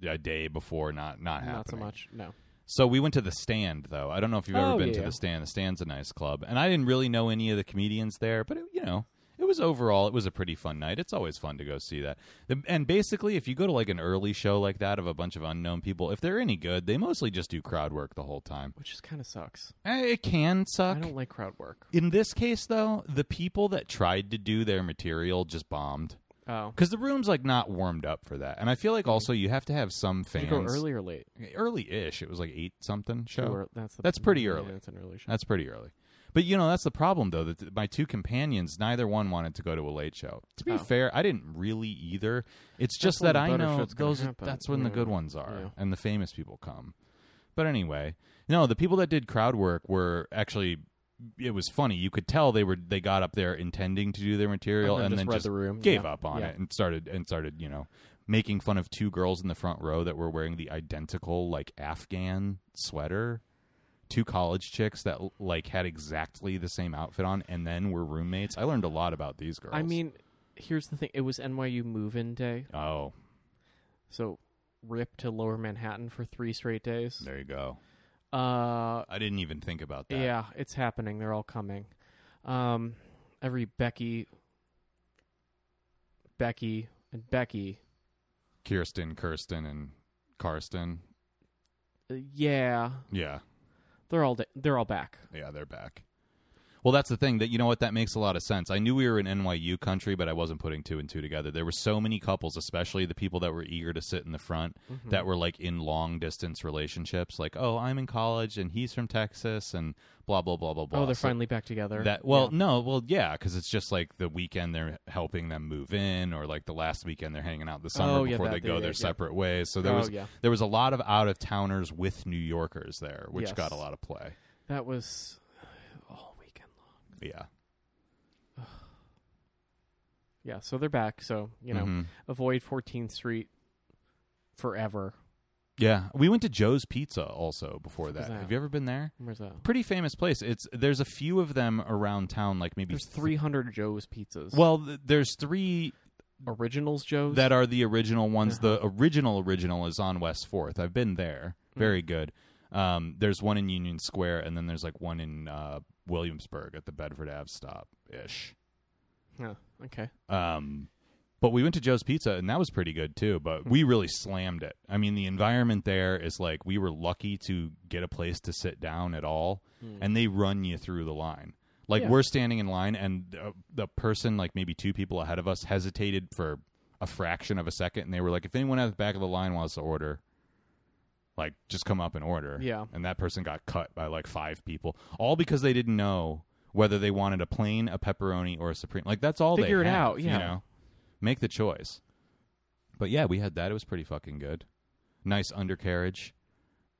A: a day before, not not happening.
B: not so much. No.
A: So we went to the stand, though. I don't know if you've ever
B: Oh,
A: been
B: yeah,
A: to
B: yeah.
A: the stand. The stand's a nice club, and I didn't really know any of the comedians there, but it, you know, it was overall it was a pretty fun night. It's always fun to go see that. The, and basically, if you go to like an early show like that of a bunch of unknown people, if they're any good, they mostly just do crowd work the whole time.
B: Which just kind of sucks.
A: Eh, It can suck.
B: I don't like crowd work.
A: In this case, though, the people that tried to do their material just bombed
B: Oh,
A: because the room's like not warmed up for that. And I feel like also you have to have some
B: Did
A: fans.
B: you go early or late?
A: early-ish. It was like eight something show.
B: Too ear- that's the,
A: That's pretty
B: yeah,
A: early.
B: That's an early show.
A: That's pretty early. But you know, that's the problem though. That th- my two companions, neither one wanted to go to a late show. To be
B: Oh.
A: fair, I didn't really either. It's just
B: when
A: that
B: the
A: I
B: better
A: know
B: shit's gonna
A: those.
B: happen.
A: That's when the
B: Yeah.
A: good ones are,
B: Yeah.
A: and the famous people come. But anyway, no, the people that did crowd work were actually. It was funny. You could tell they were they got up there intending to do their material and,
B: just
A: then
B: read
A: just
B: the room.
A: gave
B: Yeah.
A: up on
B: Yeah.
A: it and started and started you know making fun of two girls in the front row that were wearing the identical like afghan sweater two college chicks that like had exactly the same outfit on and then were roommates i learned a lot about these girls
B: I mean, here's the thing. It was NYU move-in day,
A: oh
B: so rip to Lower Manhattan for three straight days.
A: there you go
B: Uh,
A: i didn't even think about that
B: yeah, it's happening. They're all coming. Um, every Becky, Becky, and Becky.
A: kirsten kirsten and karsten
B: Uh, yeah,
A: yeah
B: they're all da- they're all back.
A: yeah they're back well that's the thing that you know what that makes a lot of sense i knew we were in nyu country but i wasn't putting two and two together there were so many couples especially the people that were eager to sit in the front
B: Hmm.
A: that were like in long distance relationships like oh i'm in college and he's from texas and blah blah blah blah blah
B: oh, they're
A: So
B: finally back together.
A: that well no well yeah because it's just like the weekend they're helping them move in or like the last weekend they're hanging out the summer
B: Oh, yeah,
A: before
B: that-
A: they go
B: yeah,
A: their
B: yeah.
A: separate ways so there
B: Oh,
A: was
B: yeah.
A: there was a lot of out of towners with new yorkers there which
B: Yes.
A: got a lot of play
B: that was all weekend long.
A: yeah
B: Yeah, so they're back. So you know,
A: Mhm.
B: avoid 14th Street forever.
A: yeah we went to joe's pizza also before
B: Fuck is
A: that.
B: that?
A: have you ever been there
B: Where's that?
A: pretty famous place it's there's a few of them around town like maybe
B: There's
A: th-
B: 300 Joe's pizzas.
A: well th- there's three
B: originals Joe's.
A: that are the original ones. The original original is on West Fourth. I've been there. Very good. Um, there's one in Union Square, and then there's like one in uh, Williamsburg at the Bedford Ave stop ish.
B: Huh, okay.
A: Um, but we went to Joe's Pizza, and that was pretty good too. But we really slammed it. I mean, the environment there is like we were lucky to get a place to sit down at all, and they run you through the line. Like
B: Hmm. Yeah.
A: we're standing in line, and uh, the person, like maybe two people ahead of us, hesitated for a fraction of a second, and they were like, "If anyone at the back of the line wants to order." Like, just come up and order.
B: Yeah.
A: And that person got cut by like five people, all because they didn't know whether they wanted a plain, a pepperoni, or a supreme. Like, that's all
B: Figure
A: they
B: it
A: have,
B: out, yeah.
A: You know? Make the choice. But yeah, we had that. It was pretty fucking good. Nice undercarriage,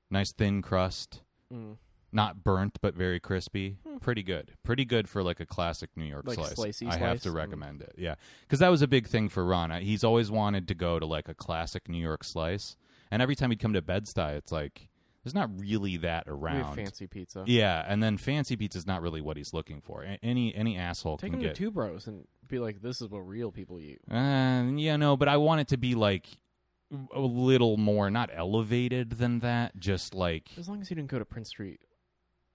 A: nice thin crust,
B: Mm.
A: not burnt but very crispy. Pretty good. Pretty good for like a classic New York
B: Hmm. Like
A: slice.
B: slicey
A: I have
B: slice?
A: to
B: Mm.
A: recommend it. Yeah, because that was a big thing for Ron. I- He's always wanted to go to like a classic New York slice, and every time he'd come to Bed Stuy, it's like there's not really that
B: We have
A: around.
B: fancy pizza.
A: Yeah, and then fancy pizza's not really what he's looking for. A- Any any asshole
B: Take
A: can
B: them
A: get
B: to Two Bros and be like, "This is what real people eat."
A: Uh, yeah, no, but I want it to be like a little more, not elevated than that. Just like,
B: As long as you didn't go to Prince Street,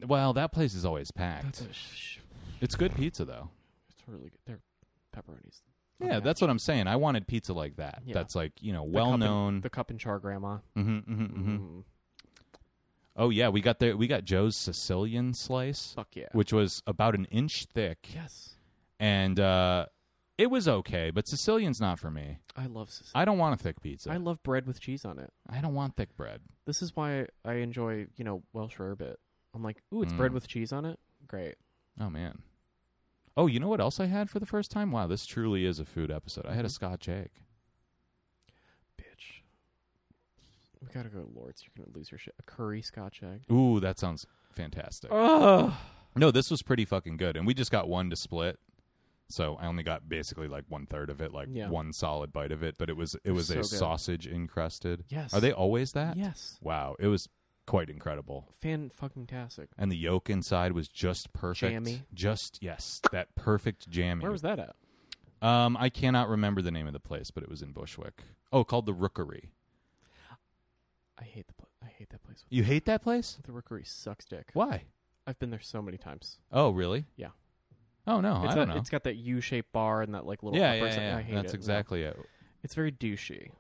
A: well, that place is always
B: that's
A: packed.
B: a sh-
A: It's good pizza though.
B: it's really good. They're pepperonis.
A: Yeah, that's what I'm saying. I wanted pizza like that.
B: Yeah.
A: That's like you know,
B: The cup
A: well
B: and-
A: known.
B: The cup and char grandma.
A: hmm hmm hmm
B: Mm,
A: Oh yeah, we got there. We got Joe's Sicilian slice,
B: fuck Oh, yeah.
A: which was about an inch thick,
B: yes,
A: and uh, it was okay. But Sicilian's not for me.
B: I love Sicily.
A: I don't want a thick pizza.
B: I love bread with cheese on it.
A: I don't want thick bread.
B: This is why I enjoy, you know, Welsh rarebit. I'm like, ooh, it's bread
A: Mm.
B: with cheese on it. Great.
A: Oh man. Oh, you know what else I had for the first time? Wow, this truly is a food episode. I had a
B: Mhm.
A: scotch egg.
B: bitch. We gotta go to Lord's. You're gonna lose your shit. A curry scotch egg. Oh.
A: Ooh, that sounds fantastic.
B: Ugh.
A: No, this was pretty fucking good, and we just got one to split. So I only got basically like one third of it, like
B: Yeah.
A: one solid bite of it. But it was it was
B: So
A: a
B: good.
A: sausage encrusted.
B: Yes.
A: Are they always that?
B: Yes.
A: Wow, it was quite incredible.
B: Fan fucking tastic.
A: And the yolk inside was just perfect.
B: Jammy.
A: Just yes, that perfect jammy.
B: Where was that at?
A: Um, I cannot remember the name of the place, but it was in Bushwick. Oh, called the Rookery.
B: I hate the pla- I hate that place.
A: You hate that place?
B: The Rookery sucks dick.
A: Why?
B: I've been there so many times.
A: Oh, really?
B: Yeah.
A: Oh no,
B: it's
A: I don't
B: that,
A: know.
B: It's got that U-shaped bar and that like little
A: yeah,
B: upper
A: yeah,
B: side.
A: yeah.
B: I hate
A: That's
B: it. No.
A: exactly it.
B: It's very douchey.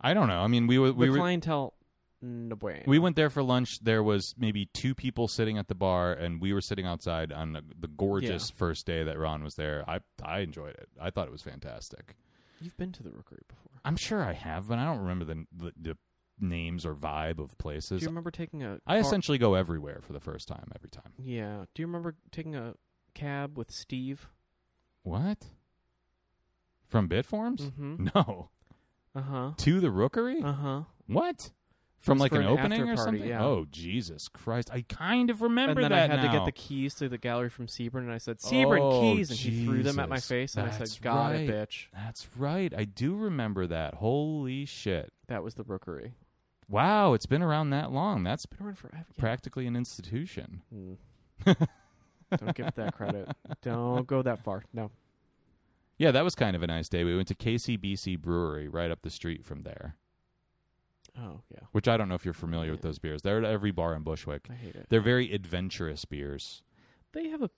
A: I don't know. I mean, we were we
B: the
A: were
B: clientele, no bueno.
A: We went there for lunch. There was maybe two people sitting at the bar, and we were sitting outside on the, the gorgeous first day that Ron was there. I I enjoyed it. I thought it was fantastic.
B: You've been to the Rookery before.
A: I'm sure I have, but I don't remember the the, the names or vibe of
B: Do
A: places.
B: you remember taking a?
A: I
B: car-
A: essentially go everywhere for the first time every time.
B: Yeah. Do you remember taking a cab with Steve?
A: What? From Bitforms?
B: Mm-hmm.
A: No,
B: Uh huh.
A: to the Rookery.
B: Uh huh.
A: what? From
B: was
A: like
B: for
A: an,
B: an
A: opening or
B: after-party,
A: something?
B: yeah.
A: Oh Jesus Christ! I kind of remember
B: and then
A: that
B: I had
A: now.
B: to get the keys to the gallery from Sebring, and I said Sebring
A: Oh,
B: keys, and he threw them at my
A: Jesus.
B: face, and I
A: That's
B: said, "Got
A: right.
B: it, bitch."
A: That's right. I do remember that. Holy shit.
B: That was the Rookery.
A: Wow, it's been around that long. That's
B: It's been around forever. Yeah.
A: practically an institution.
B: Mm. Don't give it that credit. Don't go that far. No.
A: Yeah, that was kind of a nice day. We went to KCBC Brewery right up the street from there,
B: Oh yeah,
A: which I don't know if you're familiar with those beers. They're at every bar in Bushwick.
B: I hate it.
A: They're very adventurous beers.
B: They have a.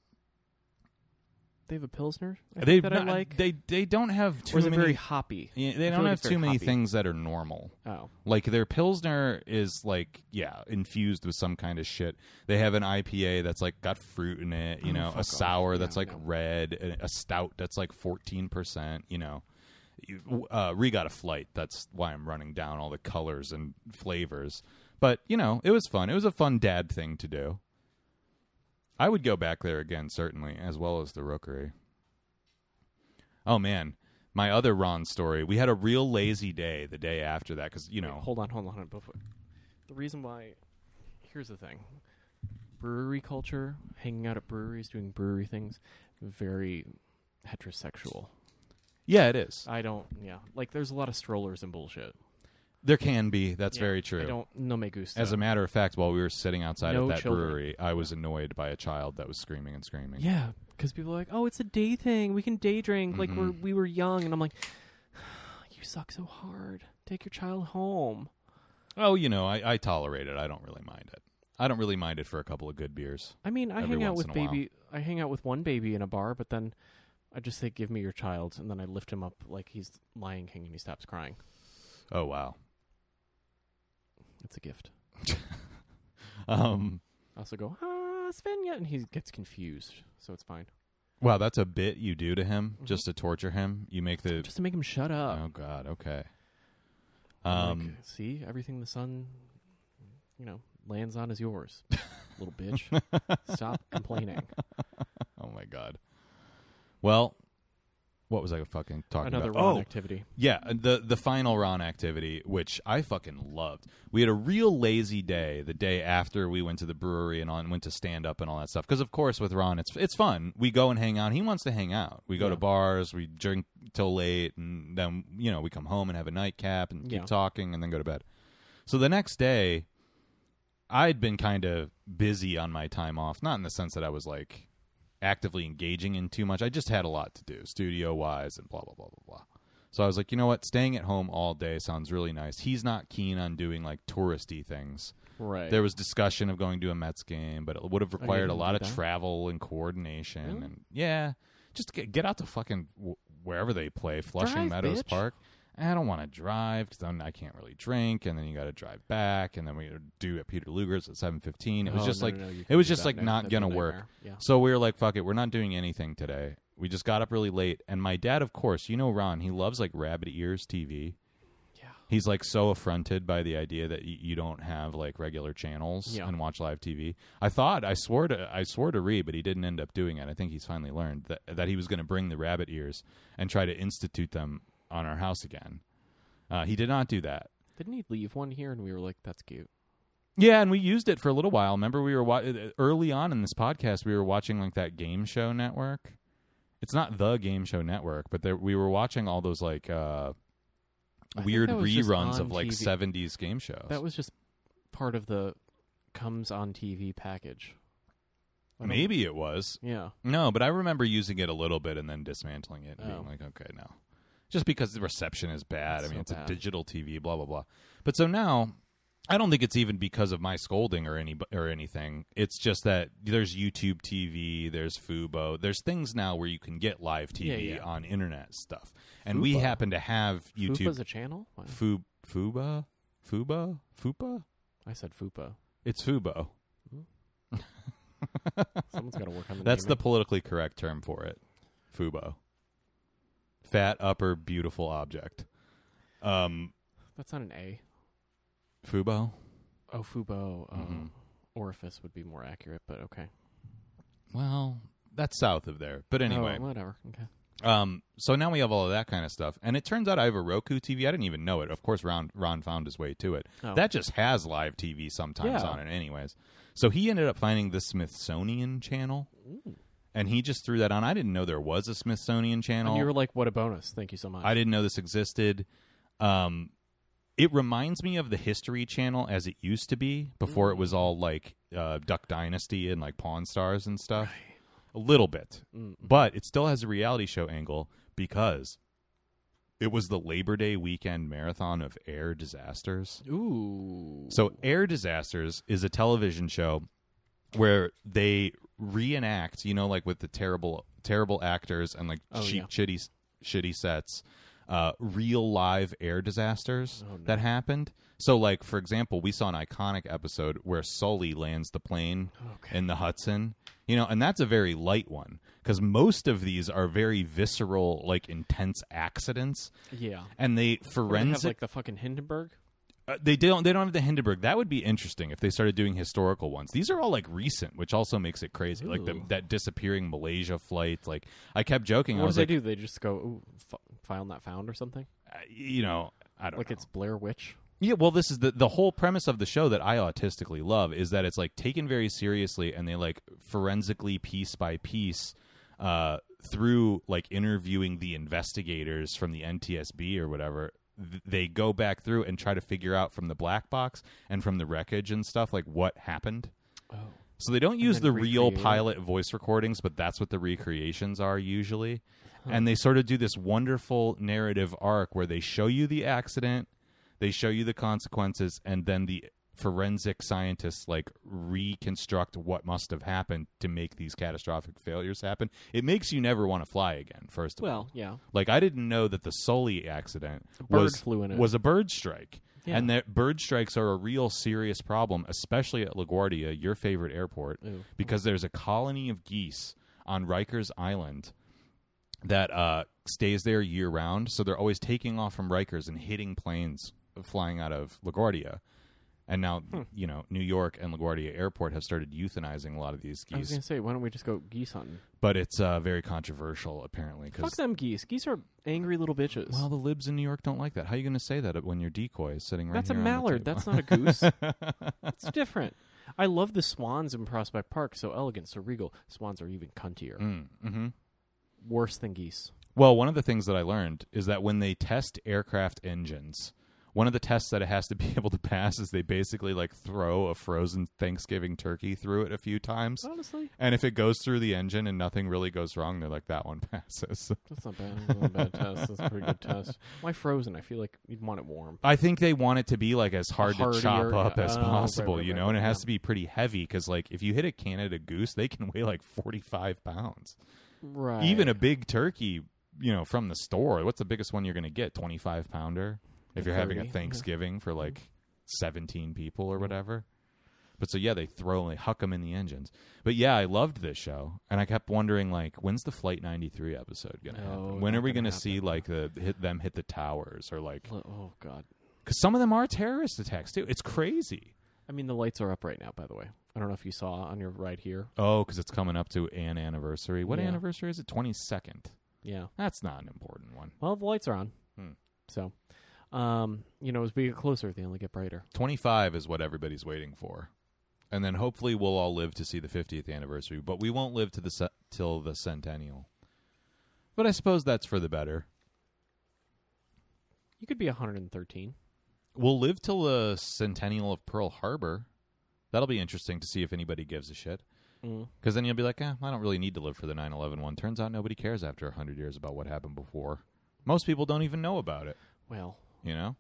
B: They have a pilsner. I
A: They
B: think, that
A: not-
B: I like.
A: They they don't have
B: or
A: too
B: is it
A: many.
B: very hoppy?
A: yeah, they
B: I feel
A: don't
B: like
A: have
B: it's very
A: too many
B: hoppy.
A: things that are normal.
B: Oh,
A: Like their pilsner is like yeah infused with some kind of shit. They have an IPA that's like got fruit in it, you
B: Oh,
A: know,
B: fuck
A: a
B: off.
A: sour
B: Yeah,
A: that's like
B: no.
A: red, a- a stout that's like fourteen percent, you know. You- Uh, Re got a flight. That's why I'm running down all the colors and flavors. But you know, it was fun. It was a fun dad thing to do. I would go back there again, certainly, as well as the rookery. Oh man, my other Ron story. We had a real lazy day the day after that because you
B: wait,
A: know
B: hold on, hold on, hold on. Before, the reason why, here's the thing: brewery culture, hanging out at breweries, doing brewery things, very heterosexual.
A: Yeah, it is.
B: I don't. Yeah, like there's a lot of strollers and bullshit.
A: There can be. That's
B: Yeah,
A: very
B: I
A: true.
B: don't. No me gusta.
A: As a matter of fact, while we were sitting outside
B: No
A: of that
B: children.
A: brewery, I was annoyed by a child that was screaming and screaming.
B: yeah, because people are like, "Oh, it's a day thing. We can day drink. Like we're
A: Mhm.
B: we were young." And I'm like, "You suck so hard. Take your child home."
A: Oh, you know, I, I tolerate it. I don't really mind it. I don't really mind it for a couple of good beers.
B: I mean, I
A: Every
B: hang out
A: once
B: with
A: in a while.
B: baby. I hang out with one baby in a bar, but then I just say, "Give me your child," and then I lift him up like he's Lion King, and he stops crying.
A: Oh wow.
B: It's a gift.
A: Um
B: I also go, "Ah, Svenja," and he gets confused, so it's fine.
A: wow, that's a bit you do to him just to torture him. You make the
B: Mm-hmm. Just to make him shut up.
A: Oh god, okay.
B: I'm
A: Um
B: like, see, everything the sun, you know, lands on is yours, little bitch. Stop complaining.
A: Oh my god. Well, what was I fucking talking
B: Another
A: about?
B: Ron
A: oh,
B: activity.
A: Yeah, the the final Ron activity, which I fucking loved. We had a real lazy day the day after we went to the brewery and on went to stand up and all that stuff. Because of course with Ron, it's it's fun. We go and hang out. He wants to hang out. We go to
B: Yeah.
A: bars, we drink till late, and then you know we come home and have a nightcap and
B: Yeah.
A: keep talking and then go to bed. So the next day, I'd been kind of busy on my time off. Not in the sense that I was like actively engaging in too much. I just had a lot to do, studio wise, and blah blah blah blah blah. So I was like, you know what? Staying at home all day sounds really nice. He's not keen on doing like touristy things.
B: Right. Oh,
A: There was discussion of going to a Mets game, but it would have required a
B: didn't
A: lot
B: do
A: of
B: that?
A: travel and coordination.
B: Really?
A: And yeah, just get, get out to fucking w- wherever they play, Flushing
B: Drive,
A: Meadows
B: bitch.
A: Park. I don't want to drive because then I can't really drink, and then you got to drive back, and then we gotta do at Peter Luger's at seven fifteen. It was
B: Oh,
A: just
B: no,
A: like
B: no, no, you
A: it
B: can't
A: was
B: do
A: just
B: that
A: like
B: now.
A: not
B: That's a
A: gonna work.
B: nightmare. Yeah.
A: So we were like, fuck it, we're not doing anything today. We just got up really late. And my dad, of course, you know Ron, he loves like rabbit ears TV.
B: Yeah.
A: He's like so affronted by the idea that y- you don't have like regular channels
B: Yeah.
A: and watch live TV. I thought I swore to I swore to Ree, but he didn't end up doing it. I think he's finally learned that that he was going to bring the rabbit ears and try to institute them on our house again. Uh, he did not do that.
B: Didn't he leave one here and we were like, that's cute?
A: Yeah, and we used it for a little while. Remember, we were wa- early on in this podcast, we were watching like that game show network. It's not the game show network, but there, we were watching all those like uh,
B: I think
A: weird
B: that was just
A: reruns
B: on
A: of like
B: TV.
A: seventies game shows.
B: That was just part of the comes on TV package. I don't-
A: Maybe it was
B: Yeah.
A: no, but I remember using it a little bit and then dismantling it and
B: Oh.
A: being like, okay, no, just because the reception is bad. I
B: It's
A: mean,
B: so
A: it's a
B: bad.
A: digital TV, blah blah blah. But so now, I don't think it's even because of my scolding or any or anything. It's just that there's YouTube TV, there's Fubo, there's things now where you can get live TV
B: Yeah, yeah.
A: on internet stuff, and we
B: Fubo?
A: happen to have
B: Fupa's
A: YouTube
B: a channel? Wow.
A: Fu Fuba Fuba Fupa.
B: I said Fupa.
A: It's Fubo.
B: Someone's got to work on the
A: That's the
B: naming.
A: politically correct term for it. Fubo. Fat upper beautiful object. Um
B: That's not an A.
A: Fubo.
B: Oh, Fubo.
A: Mhm.
B: Um, Orifice would be more accurate, but okay.
A: Well, that's south of there. But anyway.
B: Oh, whatever. Okay.
A: Um so now we have all of that kind of stuff. And it turns out I have a Roku TV. I didn't even know it. Of course Ron Ron found his way to it.
B: Oh.
A: That just has live TV sometimes
B: Yeah.
A: on it anyways. So he ended up finding the Smithsonian channel. And he just threw that on. I didn't know there was a Smithsonian channel.
B: And you were like, "What a bonus! Thank you so much."
A: I didn't know this existed. Um, it reminds me of the History Channel as it used to be before it was all like uh, Duck Dynasty and like Pawn Stars and stuff. A little bit,
B: Mm.
A: but it still has a reality show angle because it was the Labor Day weekend marathon of air disasters.
B: Ooh.
A: So, Air Disasters is a television show where they reenact, you know, like with the terrible, terrible actors and like
B: Oh,
A: cheap,
B: yeah.
A: shitty, shitty sets, uh, real live air disasters
B: Oh, no.
A: that happened. So, like for example, we saw an iconic episode where Sully lands the plane
B: Okay.
A: in the Hudson, you know, and that's a very light one because most of these are very visceral, like intense accidents,
B: yeah.
A: and they
B: Would they have
A: forensic
B: like the fucking Hindenburg.
A: uh, they don't. They don't have the Hindenburg. That would be interesting if they started doing historical ones. These are all like recent, which also makes it crazy. Like the,
B: Ooh.
A: that disappearing Malaysia flight. Like I kept joking. I
B: what do
A: was
B: they
A: like,
B: do? They just go, "Ooh, f- file not found" or something.
A: uh, you know, I don't
B: Like
A: know.
B: it's Blair Witch.
A: Yeah, well, this is the the whole premise of the show that I autistically love is that it's like taken very seriously, and they like forensically piece by piece uh, through like interviewing the investigators from the NTSB or whatever. th- They go back through and try to figure out from the black box and from the wreckage and stuff like what happened.
B: Oh.
A: So they don't use
B: then
A: the real
B: recreate it.
A: pilot voice recordings, but that's what the recreations are usually. And they sort of do this wonderful narrative arc where they show you the accident, they show you the consequences, and then the forensic scientists like reconstruct what must have happened to make these catastrophic failures happen. It makes you never want to fly again, first of all.
B: Well, yeah.
A: Like I didn't know that the Sully accident
B: bird
A: was
B: flew in it.
A: was a bird strike,
B: Yeah.
A: and that bird strikes are a real serious problem, especially at LaGuardia, your favorite airport,
B: Ooh.
A: because there's a colony of geese on Rikers Island that uh, stays there year round, so they're always taking off from Rikers and hitting planes flying out of LaGuardia. And now,
B: Hmm.
A: you know, New York and LaGuardia Airport have started euthanizing a lot of these
B: I was
A: geese,
B: gonna say, why don't we just go geese hunting?
A: but it's uh, very controversial apparently
B: Fuck
A: because
B: them geese. Geese are angry little bitches.
A: Well, the libs in New York don't like that. How are you going to say that when your decoy is sitting right
B: That's a
A: here on the
B: mallard.
A: table?
B: That's not a goose. it's different. I love the swans in Prospect Park. So elegant, so regal. Swans are even cuntier.
A: Mm, mhm.
B: Worse than geese.
A: Well, one of the things that I learned is that when they test aircraft engines, one of the tests that it has to be able to pass is they basically like throw a frozen Thanksgiving turkey through it a few times.
B: Honestly,
A: And if it goes through the engine and nothing really goes wrong, they're like, that one passes.
B: that's not bad. That's not a bad test. That's a pretty good test. Why frozen? I feel like you'd want it warm.
A: I think they want it to be like as hard to chop
B: Hardier-
A: up as
B: oh, right,
A: possible,
B: right,
A: you
B: right,
A: know, and it
B: right,
A: has
B: yeah.
A: to be pretty heavy because, like, if you hit a Canada goose, they can weigh like 45 pounds.
B: Right.
A: even a big turkey, you know, from the store. What's the biggest one you're going to get? 25 pounder if you're having a
B: 30, yeah.
A: Thanksgiving for like 17 people or whatever. But so yeah, they throw and they huck them in the engines. But yeah, I loved this show, and I kept wondering like, when's the Flight 93 episode gonna
B: No,
A: happen? When
B: not
A: are we
B: gonna
A: Oh, gonna see
B: happen.
A: like the hit them hit the towers or like
B: Oh God.
A: because some of them are terrorist attacks too. It's crazy.
B: I mean, the lights are up right now. By the way, I don't know if you saw on your right here.
A: Oh, because it's coming up to an anniversary. What
B: Yeah.
A: anniversary is it? Twenty second.
B: Yeah.
A: That's not an important one.
B: Well, the lights are on.
A: Hmm.
B: So, Um, you know, as we get closer, they only get brighter.
A: 25 is what everybody's waiting for. And then hopefully we'll all live to see the 50th anniversary, but we won't live to the ce- till the centennial. But I suppose that's for the better.
B: You could be 113.
A: We'll live till the centennial of Pearl Harbor. That'll be interesting to see if anybody gives a shit.
B: Mm.
A: Because then you'll be like, eh, I don't really need to live for the 9 11 one. Turns out nobody cares after 100 years about what happened before. Most people don't even know about it,
B: Well,
A: you know?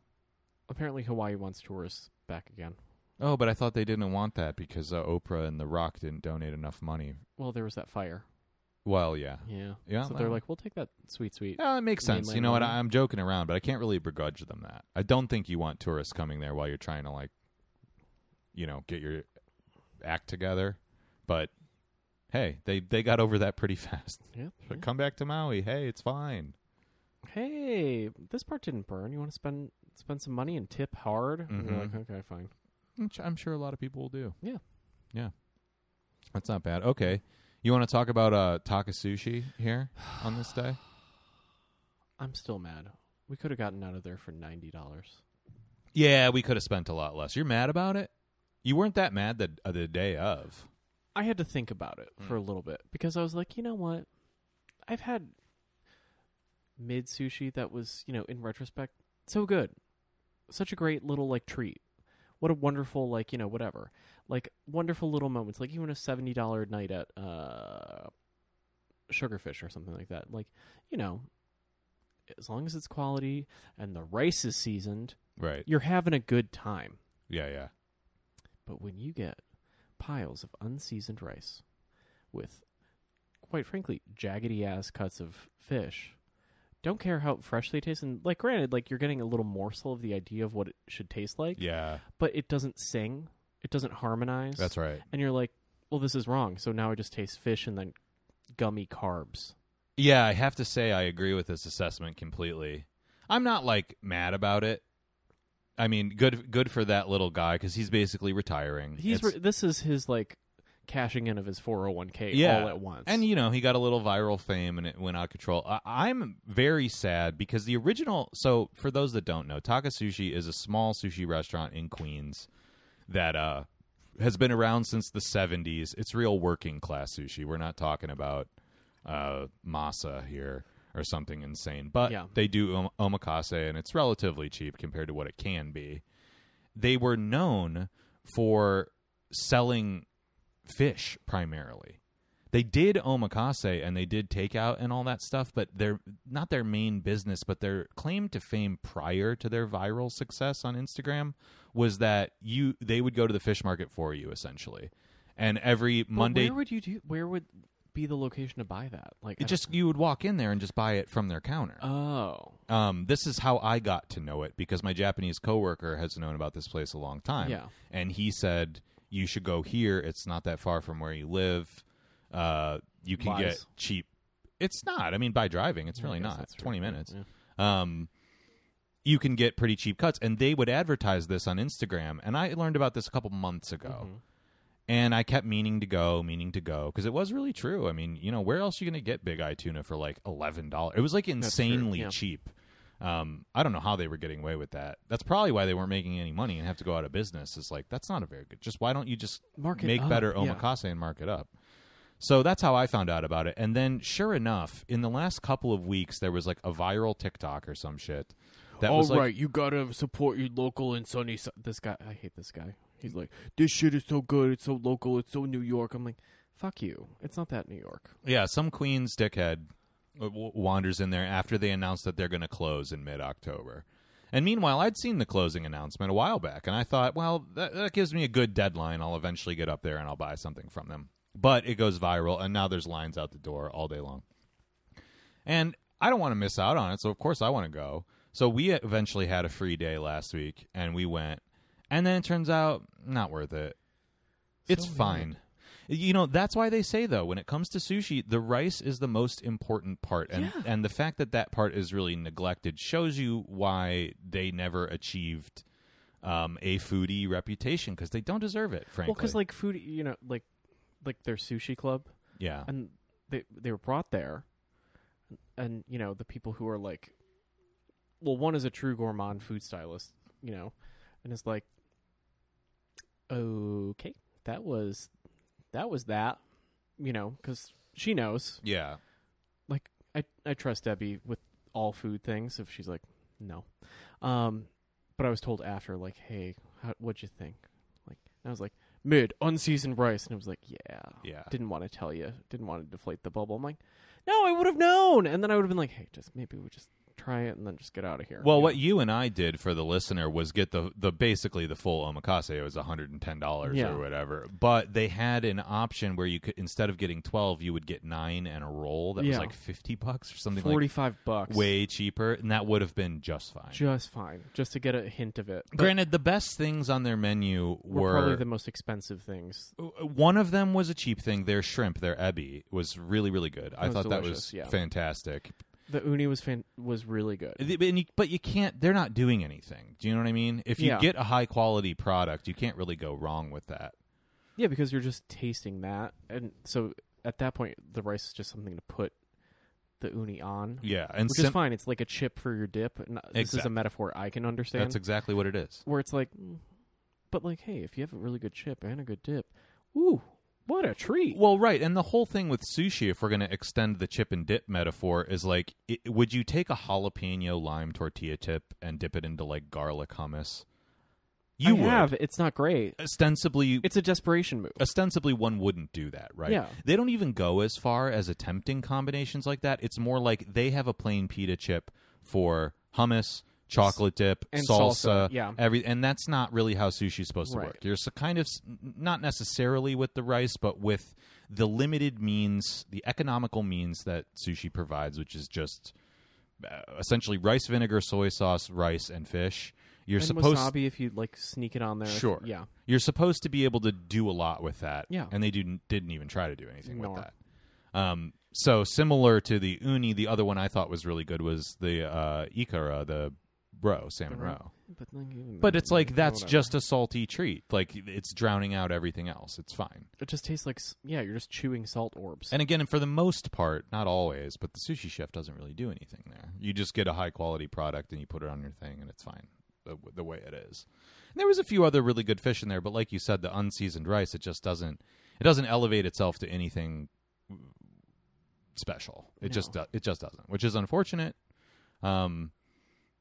B: apparently Hawaii wants tourists back again.
A: Oh, but I thought they didn't want that because uh, Oprah and The Rock didn't donate enough money.
B: Well, there was that fire.
A: Well, yeah.
B: Yeah.
A: Yeah,
B: So they're
A: well.
B: like, we'll take that sweet, sweet.
A: Yeah, it makes sense.
B: Mainland
A: You know what?
B: China.
A: I- I'm joking around, but I can't really begrudge them that. I don't think you want tourists coming there while you're trying to like, you know, get your act together. But hey, they they got over that pretty fast.
B: Yeah.
A: But come back to Maui. Hey, it's fine.
B: Hey, this part didn't burn. You want to spend spend some money and tip hard? And you're like,
A: Mhm.
B: okay, fine.
A: Which I'm sure a lot of people will do.
B: Yeah.
A: yeah, that's not bad. Okay, you want to talk about uh, Takasushi here on this day?
B: I'm still mad. We could have gotten out of there for ninety dollars.
A: Yeah, we could have spent a lot less. You're mad about it? You weren't that mad the uh, the day of.
B: I had to think about it for a little bit because I was like, you know what? I've had mid sushi that was, you know, in retrospect, so good. Such a great little like treat. What a wonderful like, you know, whatever. Like wonderful little moments. Like even a seventy dollar night at uh Sugarfish or something like that. Like, you know, as long as it's quality and the rice is seasoned,
A: Right.
B: you're having a good time.
A: Yeah, yeah.
B: But when you get piles of unseasoned rice with, quite frankly, jaggedy ass cuts of fish, don't care how fresh they taste. And, like, granted, like, you're getting a little morsel of the idea of what it should taste like,
A: Yeah,
B: but it doesn't sing, it doesn't harmonize.
A: that's right.
B: And you're like, well, this is wrong. So now I just taste fish and then gummy carbs.
A: Yeah, I have to say I agree with this assessment completely. I'm not like mad about it. I mean, good good for that little guy because he's basically retiring.
B: He's
A: It's-
B: re- this is his like cashing in of his 401k
A: Yeah.
B: all at once.
A: and you know he got a little viral fame and it went out of control. I- I'm very sad because the original. So for those that don't know, Takasushi is a small sushi restaurant in Queens that uh has been around since the 70s. It's real working class sushi. We're not talking about uh, masa here or something insane, but
B: Yeah.
A: they do om- omakase and it's relatively cheap compared to what it can be. They were known for selling fish primarily. They did omakase and they did takeout and all that stuff, but they're not their main business, but their claim to fame prior to their viral success on Instagram was that you they would go to the fish market for you essentially. And every
B: But
A: Monday
B: Where would you do? Where would be the location to buy that? Like, I
A: it
B: don't-
A: just you would walk in there and just buy it from their counter.
B: Oh,
A: Um, this is how I got to know it because my Japanese coworker has known about this place a long time.
B: Yeah.
A: and he said you should go here. It's not that far from where you live. Uh, you can
B: Lies.
A: get cheap. It's not. I mean, by driving, it's
B: Yeah, I
A: really
B: guess
A: not.
B: that's true.
A: Twenty
B: Yeah,
A: minutes.
B: yeah.
A: Um, you can get pretty cheap cuts, and they would advertise this on Instagram. And I learned about this a couple months ago
B: Mm-hmm.
A: and I kept meaning to go, meaning to go, because it was really true. I mean, you know, where else are you going to get big eye tuna for like eleven dollars? It was like
B: true,
A: insanely
B: yeah.
A: cheap. Um, I don't know how they were getting away with that. That's probably why they weren't making any money and have to go out of business. It's like that's not a very good. Just why don't you just
B: Mark it
A: make
B: up,
A: better
B: yeah.
A: omakase and mark it up? So that's how I found out about it. And then, sure enough, in the last couple of weeks, there was like a viral TikTok or some shit. That
B: All
A: was like,
B: right, you gotta support your local and sunny. si- This guy, I hate this guy. He's like, this shit is so good. It's so local. It's so New York. I'm like, fuck you. It's not that New York.
A: Yeah, some Queens dickhead uh, w- wanders in there after they announce that they're going to close in mid October. And meanwhile, I'd seen the closing announcement a while back, and I thought, well, that, that gives me a good deadline. I'll eventually get up there and I'll buy something from them. But it goes viral, and now there's lines out the door all day long. And I don't want to miss out on it, so of course I want to go. So we eventually had a free day last week, and we went. And then it turns out, not worth it. It's
B: So
A: fine. You know, that's why they say though, when it comes to sushi, the rice is the most important part, and
B: Yeah.
A: and the fact that that part is really neglected shows you why they never achieved um, a foodie reputation because they don't deserve it. Frankly,
B: Well, because like food, you know, like like their sushi club,
A: yeah,
B: and they they were brought there, and you know the people who are like well, one is a true gourmand food stylist, you know, and it's like, okay, that was that was that, you know, because she knows.
A: Yeah.
B: Like, I I trust Debbie with all food things. If she's like, no, um, but I was told after, like, hey, how, what'd you think? Like, and I was like, mid unseasoned rice, and it was like, yeah,
A: Yeah.
B: didn't want to tell you, didn't want to deflate the bubble. I'm like, no, I would have known, and then I would have been like, hey, just maybe we just try it and then just get out of here.
A: Well,
B: you
A: what
B: know?
A: you and I did for the listener was get the the basically the full omakase. It was one hundred and ten dollars
B: Yeah.
A: or whatever. But they had an option where you could instead of getting twelve, you would get nine and a roll that was
B: Yeah.
A: like fifty bucks or something like
B: forty-five bucks,
A: way cheaper, and that would have been just fine.
B: just fine, just to get a hint of it. But
A: Granted, the best things on their menu
B: were,
A: were,
B: probably the most expensive things.
A: one of them was a cheap thing. Their shrimp, their ebi, was really really good. I
B: was
A: thought that
B: delicious,
A: was
B: yeah.
A: fantastic.
B: The uni was fan- was really good.
A: Th- but- And you, but you can't. They're not doing anything. Do you know what I mean? If you
B: Yeah.
A: get a high quality product, you can't really go wrong with that.
B: Yeah, because you're just tasting that, and so at that point, the rice is just something to put the uni on,
A: Yeah, and
B: which
A: sim-
B: is fine. It's like a chip for your dip. And this is a
A: Exact-
B: metaphor I can understand.
A: that's exactly what it is.
B: where it's like, mm, but like, hey, if you have a really good chip and a good dip, ooh, what a treat!
A: Well, right, and the whole thing with sushi, if we're going to extend the chip and dip metaphor, is like, i would you take a jalapeno lime tortilla chip and dip it into like garlic hummus? You
B: I
A: would.
B: have. It's not great.
A: Ostensibly,
B: It's a desperation move.
A: ostensibly one wouldn't do that, right?
B: Yeah.
A: They don't even go as far as attempting combinations like that. It's more like they have a plain pita chip for hummus, chocolate dip,
B: And
A: salsa,
B: salsa, yeah.
A: every, and that's not really how sushi's supposed to
B: Right.
A: work. You're so kind of s- not necessarily with the rice, but with the limited means, the economical means that sushi provides, which is just uh, essentially rice vinegar, soy sauce, rice, and fish. You're
B: and
A: supposed
B: wasabi if you like sneak it on there.
A: Sure.
B: Yeah.
A: you're supposed to be able to do a lot with that.
B: Yeah.
A: And they didn't didn't even try to do anything
B: Nor.
A: with that. Um, so similar to the uni, the other one I thought was really good was the uh, ikara, the roe, salmon
B: The roe.
A: roe.
B: But, like, even-
A: But it's like that's
B: whatever.
A: just a salty treat. Like it's drowning out everything else. It's fine.
B: It just tastes like s- yeah, you're just chewing salt orbs.
A: And again, for the most part, not always, but the sushi chef doesn't really do anything there. You just get a high quality product and you put it on your thing, and it's fine the, the way it is. And there was a few other really good fish in there, but like you said, the unseasoned rice it just doesn't it doesn't elevate itself to anything special. It just
B: No.
A: do- it just doesn't, which is unfortunate. Um,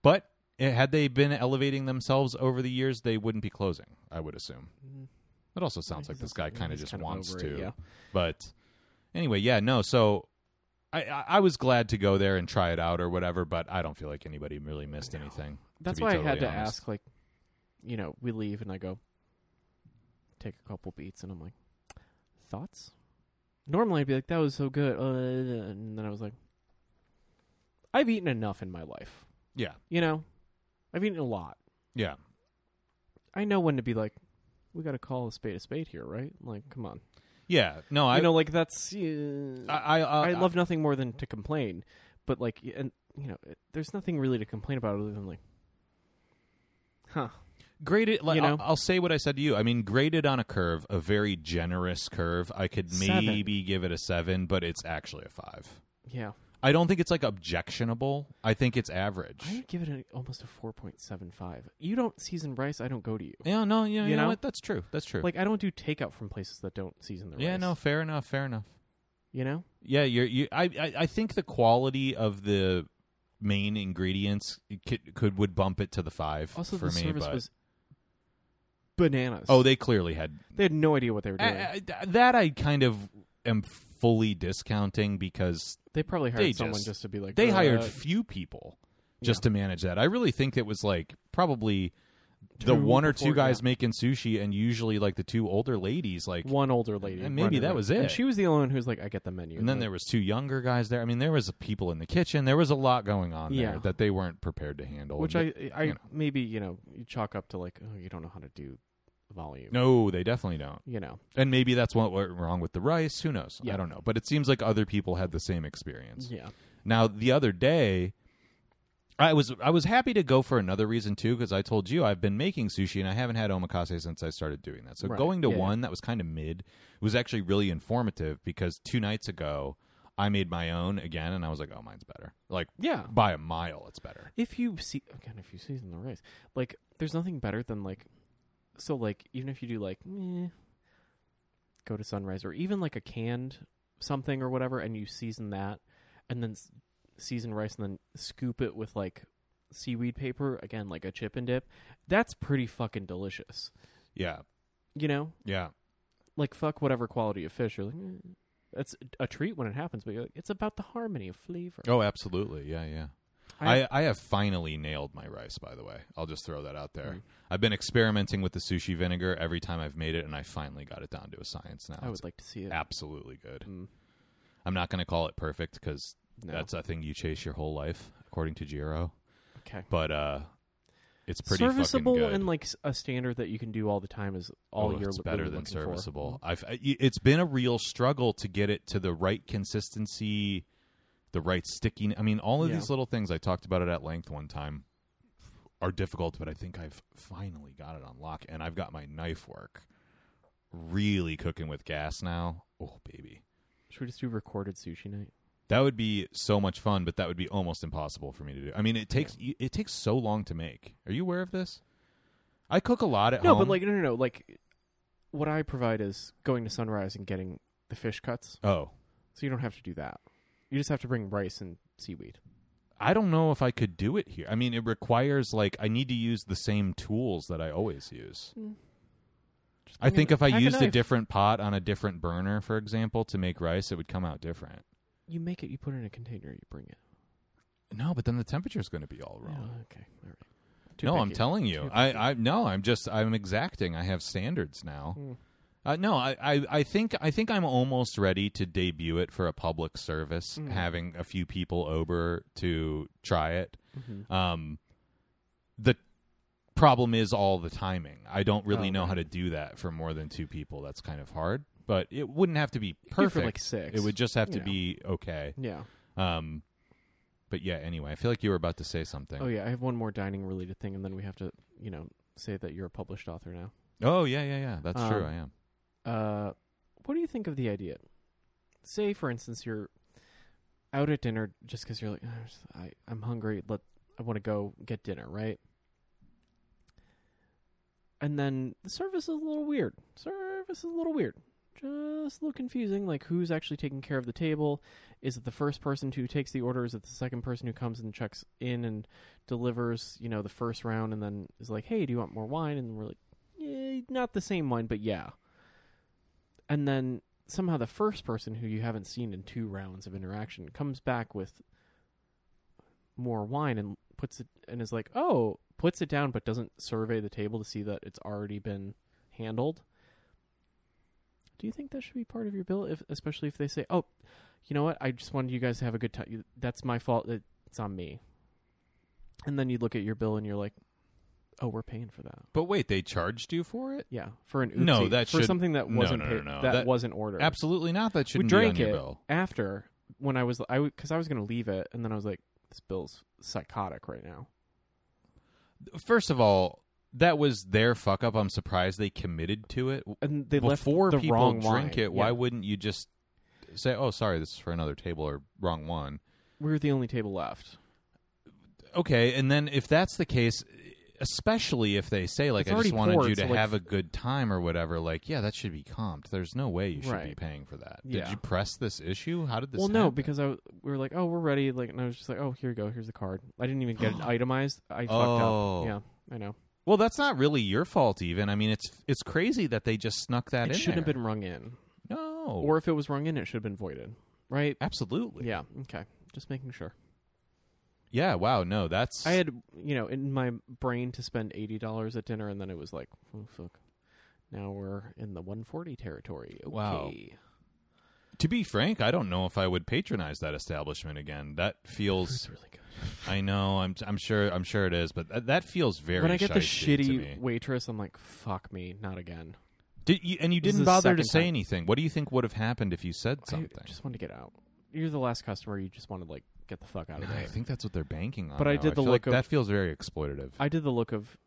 A: but it, had they been elevating themselves over the years, they wouldn't be closing. I would assume.
B: Mm.
A: It also sounds like
B: think
A: this
B: that's-
A: guy
B: I think
A: kind of
B: he's
A: just
B: kind of
A: wants
B: over
A: to.
B: it, yeah.
A: But anyway, yeah, no. So I, I I was glad to go there and try it out or whatever, but I don't feel like anybody really missed
B: No.
A: anything.
B: That's
A: be
B: why I
A: totally
B: had to
A: honest.
B: ask, like, you know, we leave and I go take a couple beats and I'm like, thoughts? Normally I'd be like, that was so good. Uh, and then I was like, I've eaten enough in my life.
A: Yeah,
B: You know, I've eaten a lot.
A: yeah.
B: I know when to be like, we got to call a spade a spade here, right? Like, come on.
A: Yeah, no, I
B: you know, like that's. Uh,
A: I, I, I,
B: I love nothing more than to complain, but like, and you know, it- there's nothing really to complain about other than like, huh?
A: graded. Like,
B: you know?
A: I'll, I'll say what I said to you. I mean, graded on a curve, a very generous curve. I could
B: Seven.
A: maybe give it a seven, but it's actually a five.
B: Yeah,
A: I don't think it's like objectionable. I think it's average.
B: I would give it a, almost a four point seven five. You don't season rice, I don't go to you.
A: yeah, no, yeah, you,
B: You
A: know,
B: know?
A: what? That's true. That's true.
B: Like I don't do takeout from places that don't season the
A: yeah,
B: rice.
A: no, fair enough, fair enough.
B: you know,
A: Yeah, you're you. I I, I think the quality of the main ingredients could, could would bump it to the five
B: also
A: for
B: the
A: me.
B: service
A: but
B: was bananas.
A: oh, they clearly had
B: they had no idea what they were doing.
A: I- I- that. I kind of am fully discounting because
B: they probably hired
A: they
B: someone
A: just-
B: just, to be like
A: they
B: uh,
A: hired few people just
B: yeah.
A: to manage that. I really think it was like probably the
B: Two
A: one or
B: before-
A: two guys
B: yeah.
A: making sushi, and usually like the two older ladies, like.
B: one older lady.
A: And maybe
B: running
A: that
B: around.
A: was it.
B: And she was the only one who was like, I get the menu.
A: And then
B: Like,
A: there was two younger guys there. I mean, there was people in the kitchen. There was a lot going on
B: Yeah.
A: there that they weren't prepared to handle.
B: which
A: And
B: I, I
A: you know.
B: maybe you know you chalk up to like oh you don't know how to do volume.
A: No, they definitely don't.
B: You know,
A: And maybe that's what went wrong with the rice. Who knows?
B: Yeah.
A: I don't know. But it seems like other people had the same experience.
B: yeah,
A: Now, the other day, I was I was happy to go for another reason too because I told you I've been making sushi and I haven't had omakase since I started doing that. So
B: Right.
A: going to
B: Yeah, yeah.
A: one that was kind of mid was actually really informative because two nights ago I made my own again, and I was like, oh, mine's better. Like
B: Yeah.
A: by a mile, it's better.
B: If you see again, if you season the rice, like there's nothing better than like, so like even if you do like, meh, go to sunrise or even like a canned something or whatever, and you season that, and then s- season rice and then scoop it with like seaweed paper again, like a chip and dip. That's pretty fucking delicious.
A: Yeah,
B: You know,
A: yeah,
B: like fuck whatever quality of fish. You're like, eh. that's a treat when it happens, but you're like, it's about the harmony of flavor.
A: Oh, absolutely. Yeah, yeah.
B: I-
A: I, I have finally nailed my rice, by the way. I'll just throw that out
B: Mm.
A: there. I've been experimenting with the sushi vinegar every time I've made it, and I finally got it down to a science now.
B: I
A: It's
B: would like to see it.
A: absolutely good.
B: Mm.
A: I'm not going to call it perfect because
B: No.
A: that's a thing you chase your whole life, according to Jiro.
B: okay.
A: But uh, it's pretty fucking
B: serviceable
A: good.
B: and like s- a standard that you can do all the time is all
A: Oh,
B: you're
A: it's
B: l-
A: better
B: really
A: than
B: looking for.
A: serviceable. I've I- it's been a real struggle to get it to the right consistency, the right sticking. I mean, all of
B: Yeah.
A: these little things I talked about it at length one time are difficult, but I think I've finally got it on lock, and I've got my knife work really cooking with gas now. Oh baby,
B: Should we just do recorded sushi night?
A: that would be so much fun, but that would be almost impossible for me to do. I mean, it takes it takes so long to make. Are you aware of this? I cook a lot at
B: No,
A: home.
B: but like no, no, no. Like what I provide is going to Sunrise and getting the fish cuts,
A: oh.
B: so you don't have to do that. You just have to bring rice and seaweed.
A: I don't know if I could do it here. I mean, it requires like I need to use the same tools that I always use.
B: Just
A: I
B: bring
A: think
B: a-
A: if I
B: pack a
A: used a
B: knife.
A: different pot on a different burner, for example, to make rice, it would come out different.
B: you make it, you put it in a container, you bring it.
A: No, but then the temperature is going to be all
B: Yeah,
A: wrong.
B: okay, all right.
A: no, I'm telling
B: Too
A: you. I, I
B: picky.
A: no, I'm just I'm exacting. I have standards now.
B: Mm.
A: Uh, no, I, I, I think I think I'm almost ready to debut it for a public service,
B: Mm.
A: having a few people over to try it.
B: Mhm.
A: Um, the problem is all the timing. I don't really
B: Oh,
A: know
B: right.
A: how to do that for more than two people. That's kind of hard, but it wouldn't have to be
B: You do it
A: perfect.
B: for like six.
A: it would just have
B: you
A: to
B: know.
A: be okay.
B: Yeah.
A: Um, but yeah, anyway, I feel like you were about to say something.
B: Oh yeah, I have one more dining related thing, and then we have to, you know, say that you're a published author now.
A: Oh, yeah, yeah, yeah. That's true.
B: Um,
A: I am.
B: uh, what do you think of the idea? Say, for instance, you're out at dinner just because you're like, "Ah, just- I, I'm hungry. Let I want to go get dinner, right? And then the service is a little weird. Service is a little weird. Just a little confusing. Like, who's actually taking care of the table? Is it the first person who takes the order? Is it the second person who comes and checks in and delivers, you know, the first round and then is like, hey, do you want more wine? And we're like, yeah, not the same wine, but yeah and then somehow the first person who you haven't seen in two rounds of interaction comes back with more wine and puts it and is like, "Oh," puts it down but doesn't survey the table to see that it's already been handled. Do you think that should be part of your bill if especially if they say, "Oh, you know what? I just wanted you guys to have a good time. That's my fault. It's on me." And then you look at your bill and you're like, "Oh, we're paying for that."
A: But wait, they charged you for it?
B: Yeah, for an oopsie,
A: No, that
B: for
A: should-
B: something that
A: no,
B: wasn't
A: no, no,
B: pa-
A: no.
B: that,
A: That-
B: wasn't ordered.
A: Absolutely not. That
B: we
A: shouldn't
B: drank
A: be on
B: it
A: your bill.
B: after when I was I because I was gonna leave it and then I was like this bill's psychotic right now.
A: First of all, that was their fuck up. I'm surprised they committed to it.
B: And they
A: before
B: left the
A: people
B: wrong
A: drink
B: wine.
A: it, why
B: Yeah.
A: wouldn't you just say, "Oh, sorry, this is for another table or wrong one"?
B: we were the only table left.
A: Okay, and then if that's the case, especially if they say like,
B: It's
A: "I just
B: already
A: wanted
B: poured,
A: you to
B: so, like,
A: have a good time" or whatever, like, yeah, that should be comped. There's no way you should be
B: Right.
A: paying for that. Did
B: Yeah.
A: you press this issue? How did this?
B: well, no,
A: happen?
B: because I w- we were like oh we're ready like and I was just like oh here you go here's the card. I didn't even get it itemized. I
A: Oh.
B: fucked up. Yeah, I know.
A: well, that's not really your fault. Even I mean, it's it's crazy that they just snuck that
B: it
A: in.
B: should have
A: there. Oh.
B: been rung in,
A: no,
B: or if it was rung in, it should have been voided. Right?
A: absolutely.
B: Yeah. Okay. Just making sure.
A: Yeah, Wow. No, that's
B: I had you know in my brain to spend eighty dollars at dinner, and then it was like, oh fuck, now we're in the one forty territory. Okay.
A: Wow. to be frank, I don't know if I would patronize that establishment again. That feels
B: It's really good.
A: I know. I'm. I'm sure. I'm sure it is. But that, that feels very.
B: when I get the
A: shysty to
B: shitty
A: me.
B: waitress, I'm like, fuck me, not again.
A: Did you, and you
B: This is
A: didn't
B: the
A: bother to
B: second
A: say
B: time.
A: anything. What do you think would have happened if you said
B: I
A: something?
B: just wanted to get out. You're the last customer. You just want to like get the fuck out of
A: No, I
B: there.
A: think that's what they're banking on.
B: But I
A: now.
B: did
A: feel
B: the
A: like
B: look of-
A: that feels very exploitative.
B: I did the look of,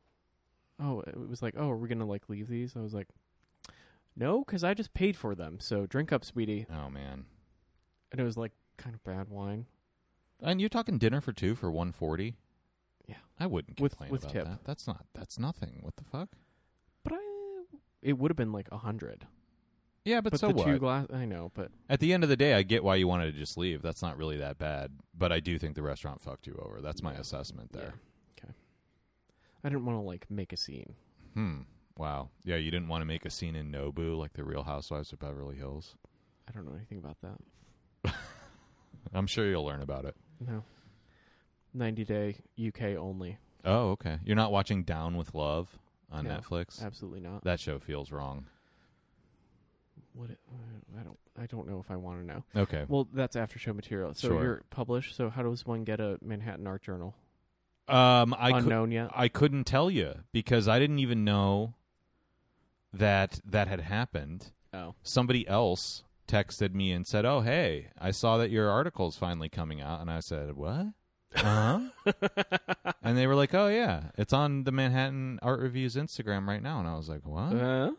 B: oh, it was like, oh, are we gonna like leave these? I was like, no, because I just paid for them. So drink up, sweetie.
A: oh man,
B: and it was like kind of bad wine.
A: And you're talking dinner for two for one forty.
B: Yeah.
A: I wouldn't
B: With-
A: complain
B: with
A: about
B: tip.
A: that. That's not. That's nothing. What the fuck?
B: But I, it would have been like a hundred.
A: Yeah, but,
B: But
A: so
B: the
A: what?
B: two glass, I know, but
A: At the end of the day, I get why you wanted to just leave. That's not really that bad. But I do think the restaurant fucked you over. That's my assessment there.
B: Yeah. Okay. I didn't want to like make a scene.
A: Hmm. Wow. Yeah, you didn't want to make a scene in Nobu like the Real Housewives of Beverly Hills.
B: I don't know anything about that.
A: I'm sure you'll learn about it.
B: No. 90 day UK only.
A: Oh, okay. You're not watching Down with Love on
B: No. Uh,
A: Netflix?
B: Absolutely not.
A: That show feels wrong.
B: What it, uh, I don't I don't know if I want to know.
A: Okay.
B: Well, that's after show material. So
A: Sure.
B: you're published. So how does one get a Manhattan Art Journal?
A: Um, I could,
B: Unknown yet?
A: I couldn't tell you because I didn't even know that that had happened.
B: oh.
A: Somebody else texted me and said, "Oh, hey, I saw that your article's finally coming out," and I said, "What?" Huh? and they were like, "Oh yeah, it's on the Manhattan Art Review's Instagram right now," and I was like, "What?"
B: Uh,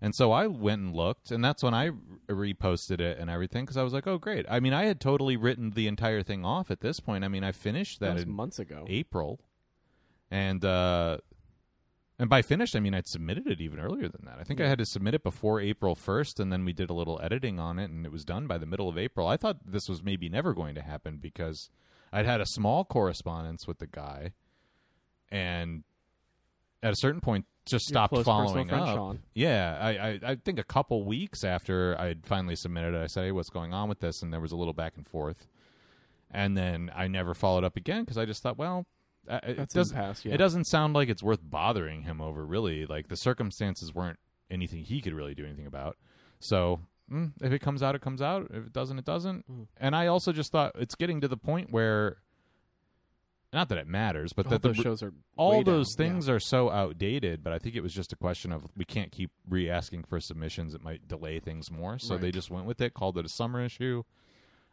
A: And so I went and looked, and that's when I re- reposted it and everything because I was like, "Oh, great!" I mean, I had totally written the entire thing off at this point. I mean, I finished
B: that
A: that
B: was
A: in
B: months ago.
A: April, and uh, and by finished, I mean I'd submitted it even earlier than that. I think I
B: Yeah.
A: had to submit it before April first, and then we did a little editing on it, and it was done by the middle of April. I thought this was maybe never going to happen because I'd had a small correspondence with the guy, and at a certain point, just
B: Your
A: stopped
B: close personal
A: following
B: friend,
A: up.
B: Sean.
A: Yeah, I, I I think a couple weeks after I'd finally submitted it, I said, "Hey, what's going on with this?" And there was a little back and forth, and then I never followed up again because I just thought, well, I- I- it
B: That's in the
A: doesn't
B: past. Yeah.
A: it doesn't sound like it's worth bothering him over. Really, like the circumstances weren't anything he could really do anything about. So mm, if it comes out, it comes out. If it doesn't, it doesn't.
B: Mm.
A: And I also just thought it's getting to the point where, not that it matters, but
B: All
A: that the
B: those shows are
A: all
B: way down,
A: those
B: yeah.
A: things are so outdated but i think it was just a question of we can't keep re-asking for submissions it might delay things more so they
B: Right.
A: just went with it called it a summer issue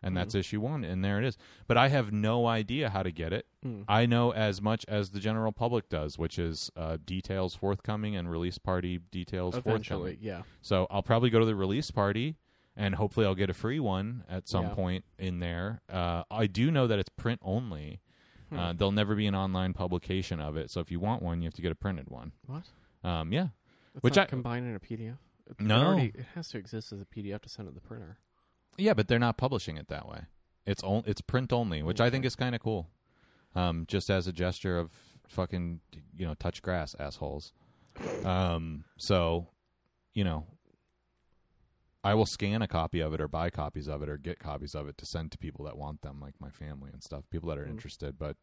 A: and
B: Mm.
A: that's issue one and there it is but i have no idea how to get it
B: Mm.
A: i know as much as the general public does which is uh, details forthcoming and release party details
B: Eventually,
A: forthcoming
B: yeah.
A: so i'll probably go to the release party and hopefully i'll get a free one at some
B: Yeah.
A: point in there uh, i do know that it's print only
B: Hmm.
A: uh, there'll never be an online publication of it. So if you want one, you have to get a printed one.
B: what?
A: Um, yeah.
B: It's
A: which
B: not
A: I-
B: combined in a PDF. It
A: No.
B: already- it has to exist as a PDF to send to the printer.
A: Yeah, but they're not publishing it that way. It's on, it's print only, which I think
B: Okay.
A: is kind of cool. Um, just as a gesture of fucking you know touch grass assholes. Um, so you know, I will scan a copy of it or buy copies of it or get copies of it to send to people that want them, like my family and stuff, people that are
B: Mm.
A: interested. But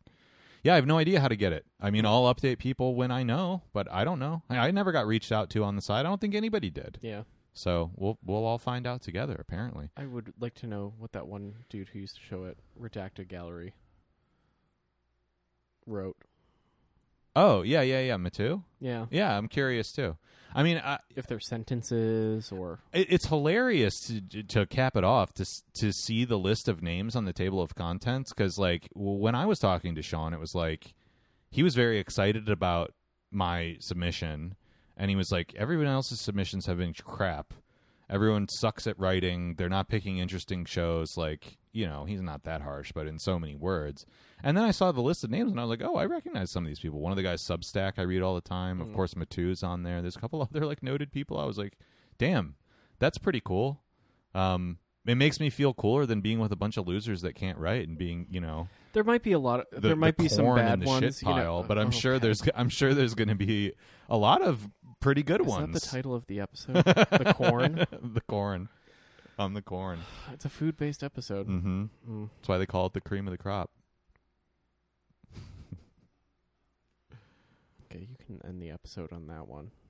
A: yeah, I have no idea how to get it. I mean, I'll update people when I know, but I don't know. I, I never got reached out to on the side. I don't think anybody did.
B: Yeah.
A: So we'll we'll all find out together. Apparently.
B: I would like to know what that one dude who used to show at Redacted Gallery wrote.
A: Oh yeah, yeah, yeah, Matu.
B: Yeah.
A: Yeah, I'm curious too. I mean, I,
B: If they're sentences or
A: it, it's hilarious to to cap it off to s- to see the list of names on the table of contents because like w- when I was talking to Sean, it was like he was very excited about my submission, and he was like, everyone else's submissions have been crap. Everyone sucks at writing. They're not picking interesting shows. Like you know, he's not that harsh, but in so many words. And then I saw the list of names, and I was like, oh, I recognize some of these people. One of the guys, Substack, I read all the time. Of
B: Mm.
A: course, Matu's on there. There's a couple other like noted people. I was like, damn, that's pretty cool. Um, it makes me feel cooler than being with a bunch of losers that can't write and being, you know,
B: there might be a lot
A: the,
B: of there might
A: the
B: be some
A: corn in
B: bad
A: the
B: ones.
A: shit pile.
B: you know,
A: but I'm
B: Oh,
A: sure
B: God.
A: there's, I'm sure there's going to be a lot of pretty good
B: Is
A: ones.
B: that the title of the episode? the corn.
A: the corn. I'm the corn.
B: It's a food based episode.
A: hmm
B: Mm.
A: That's why they call it the cream of the crop.
B: Okay, you can end the episode on that one.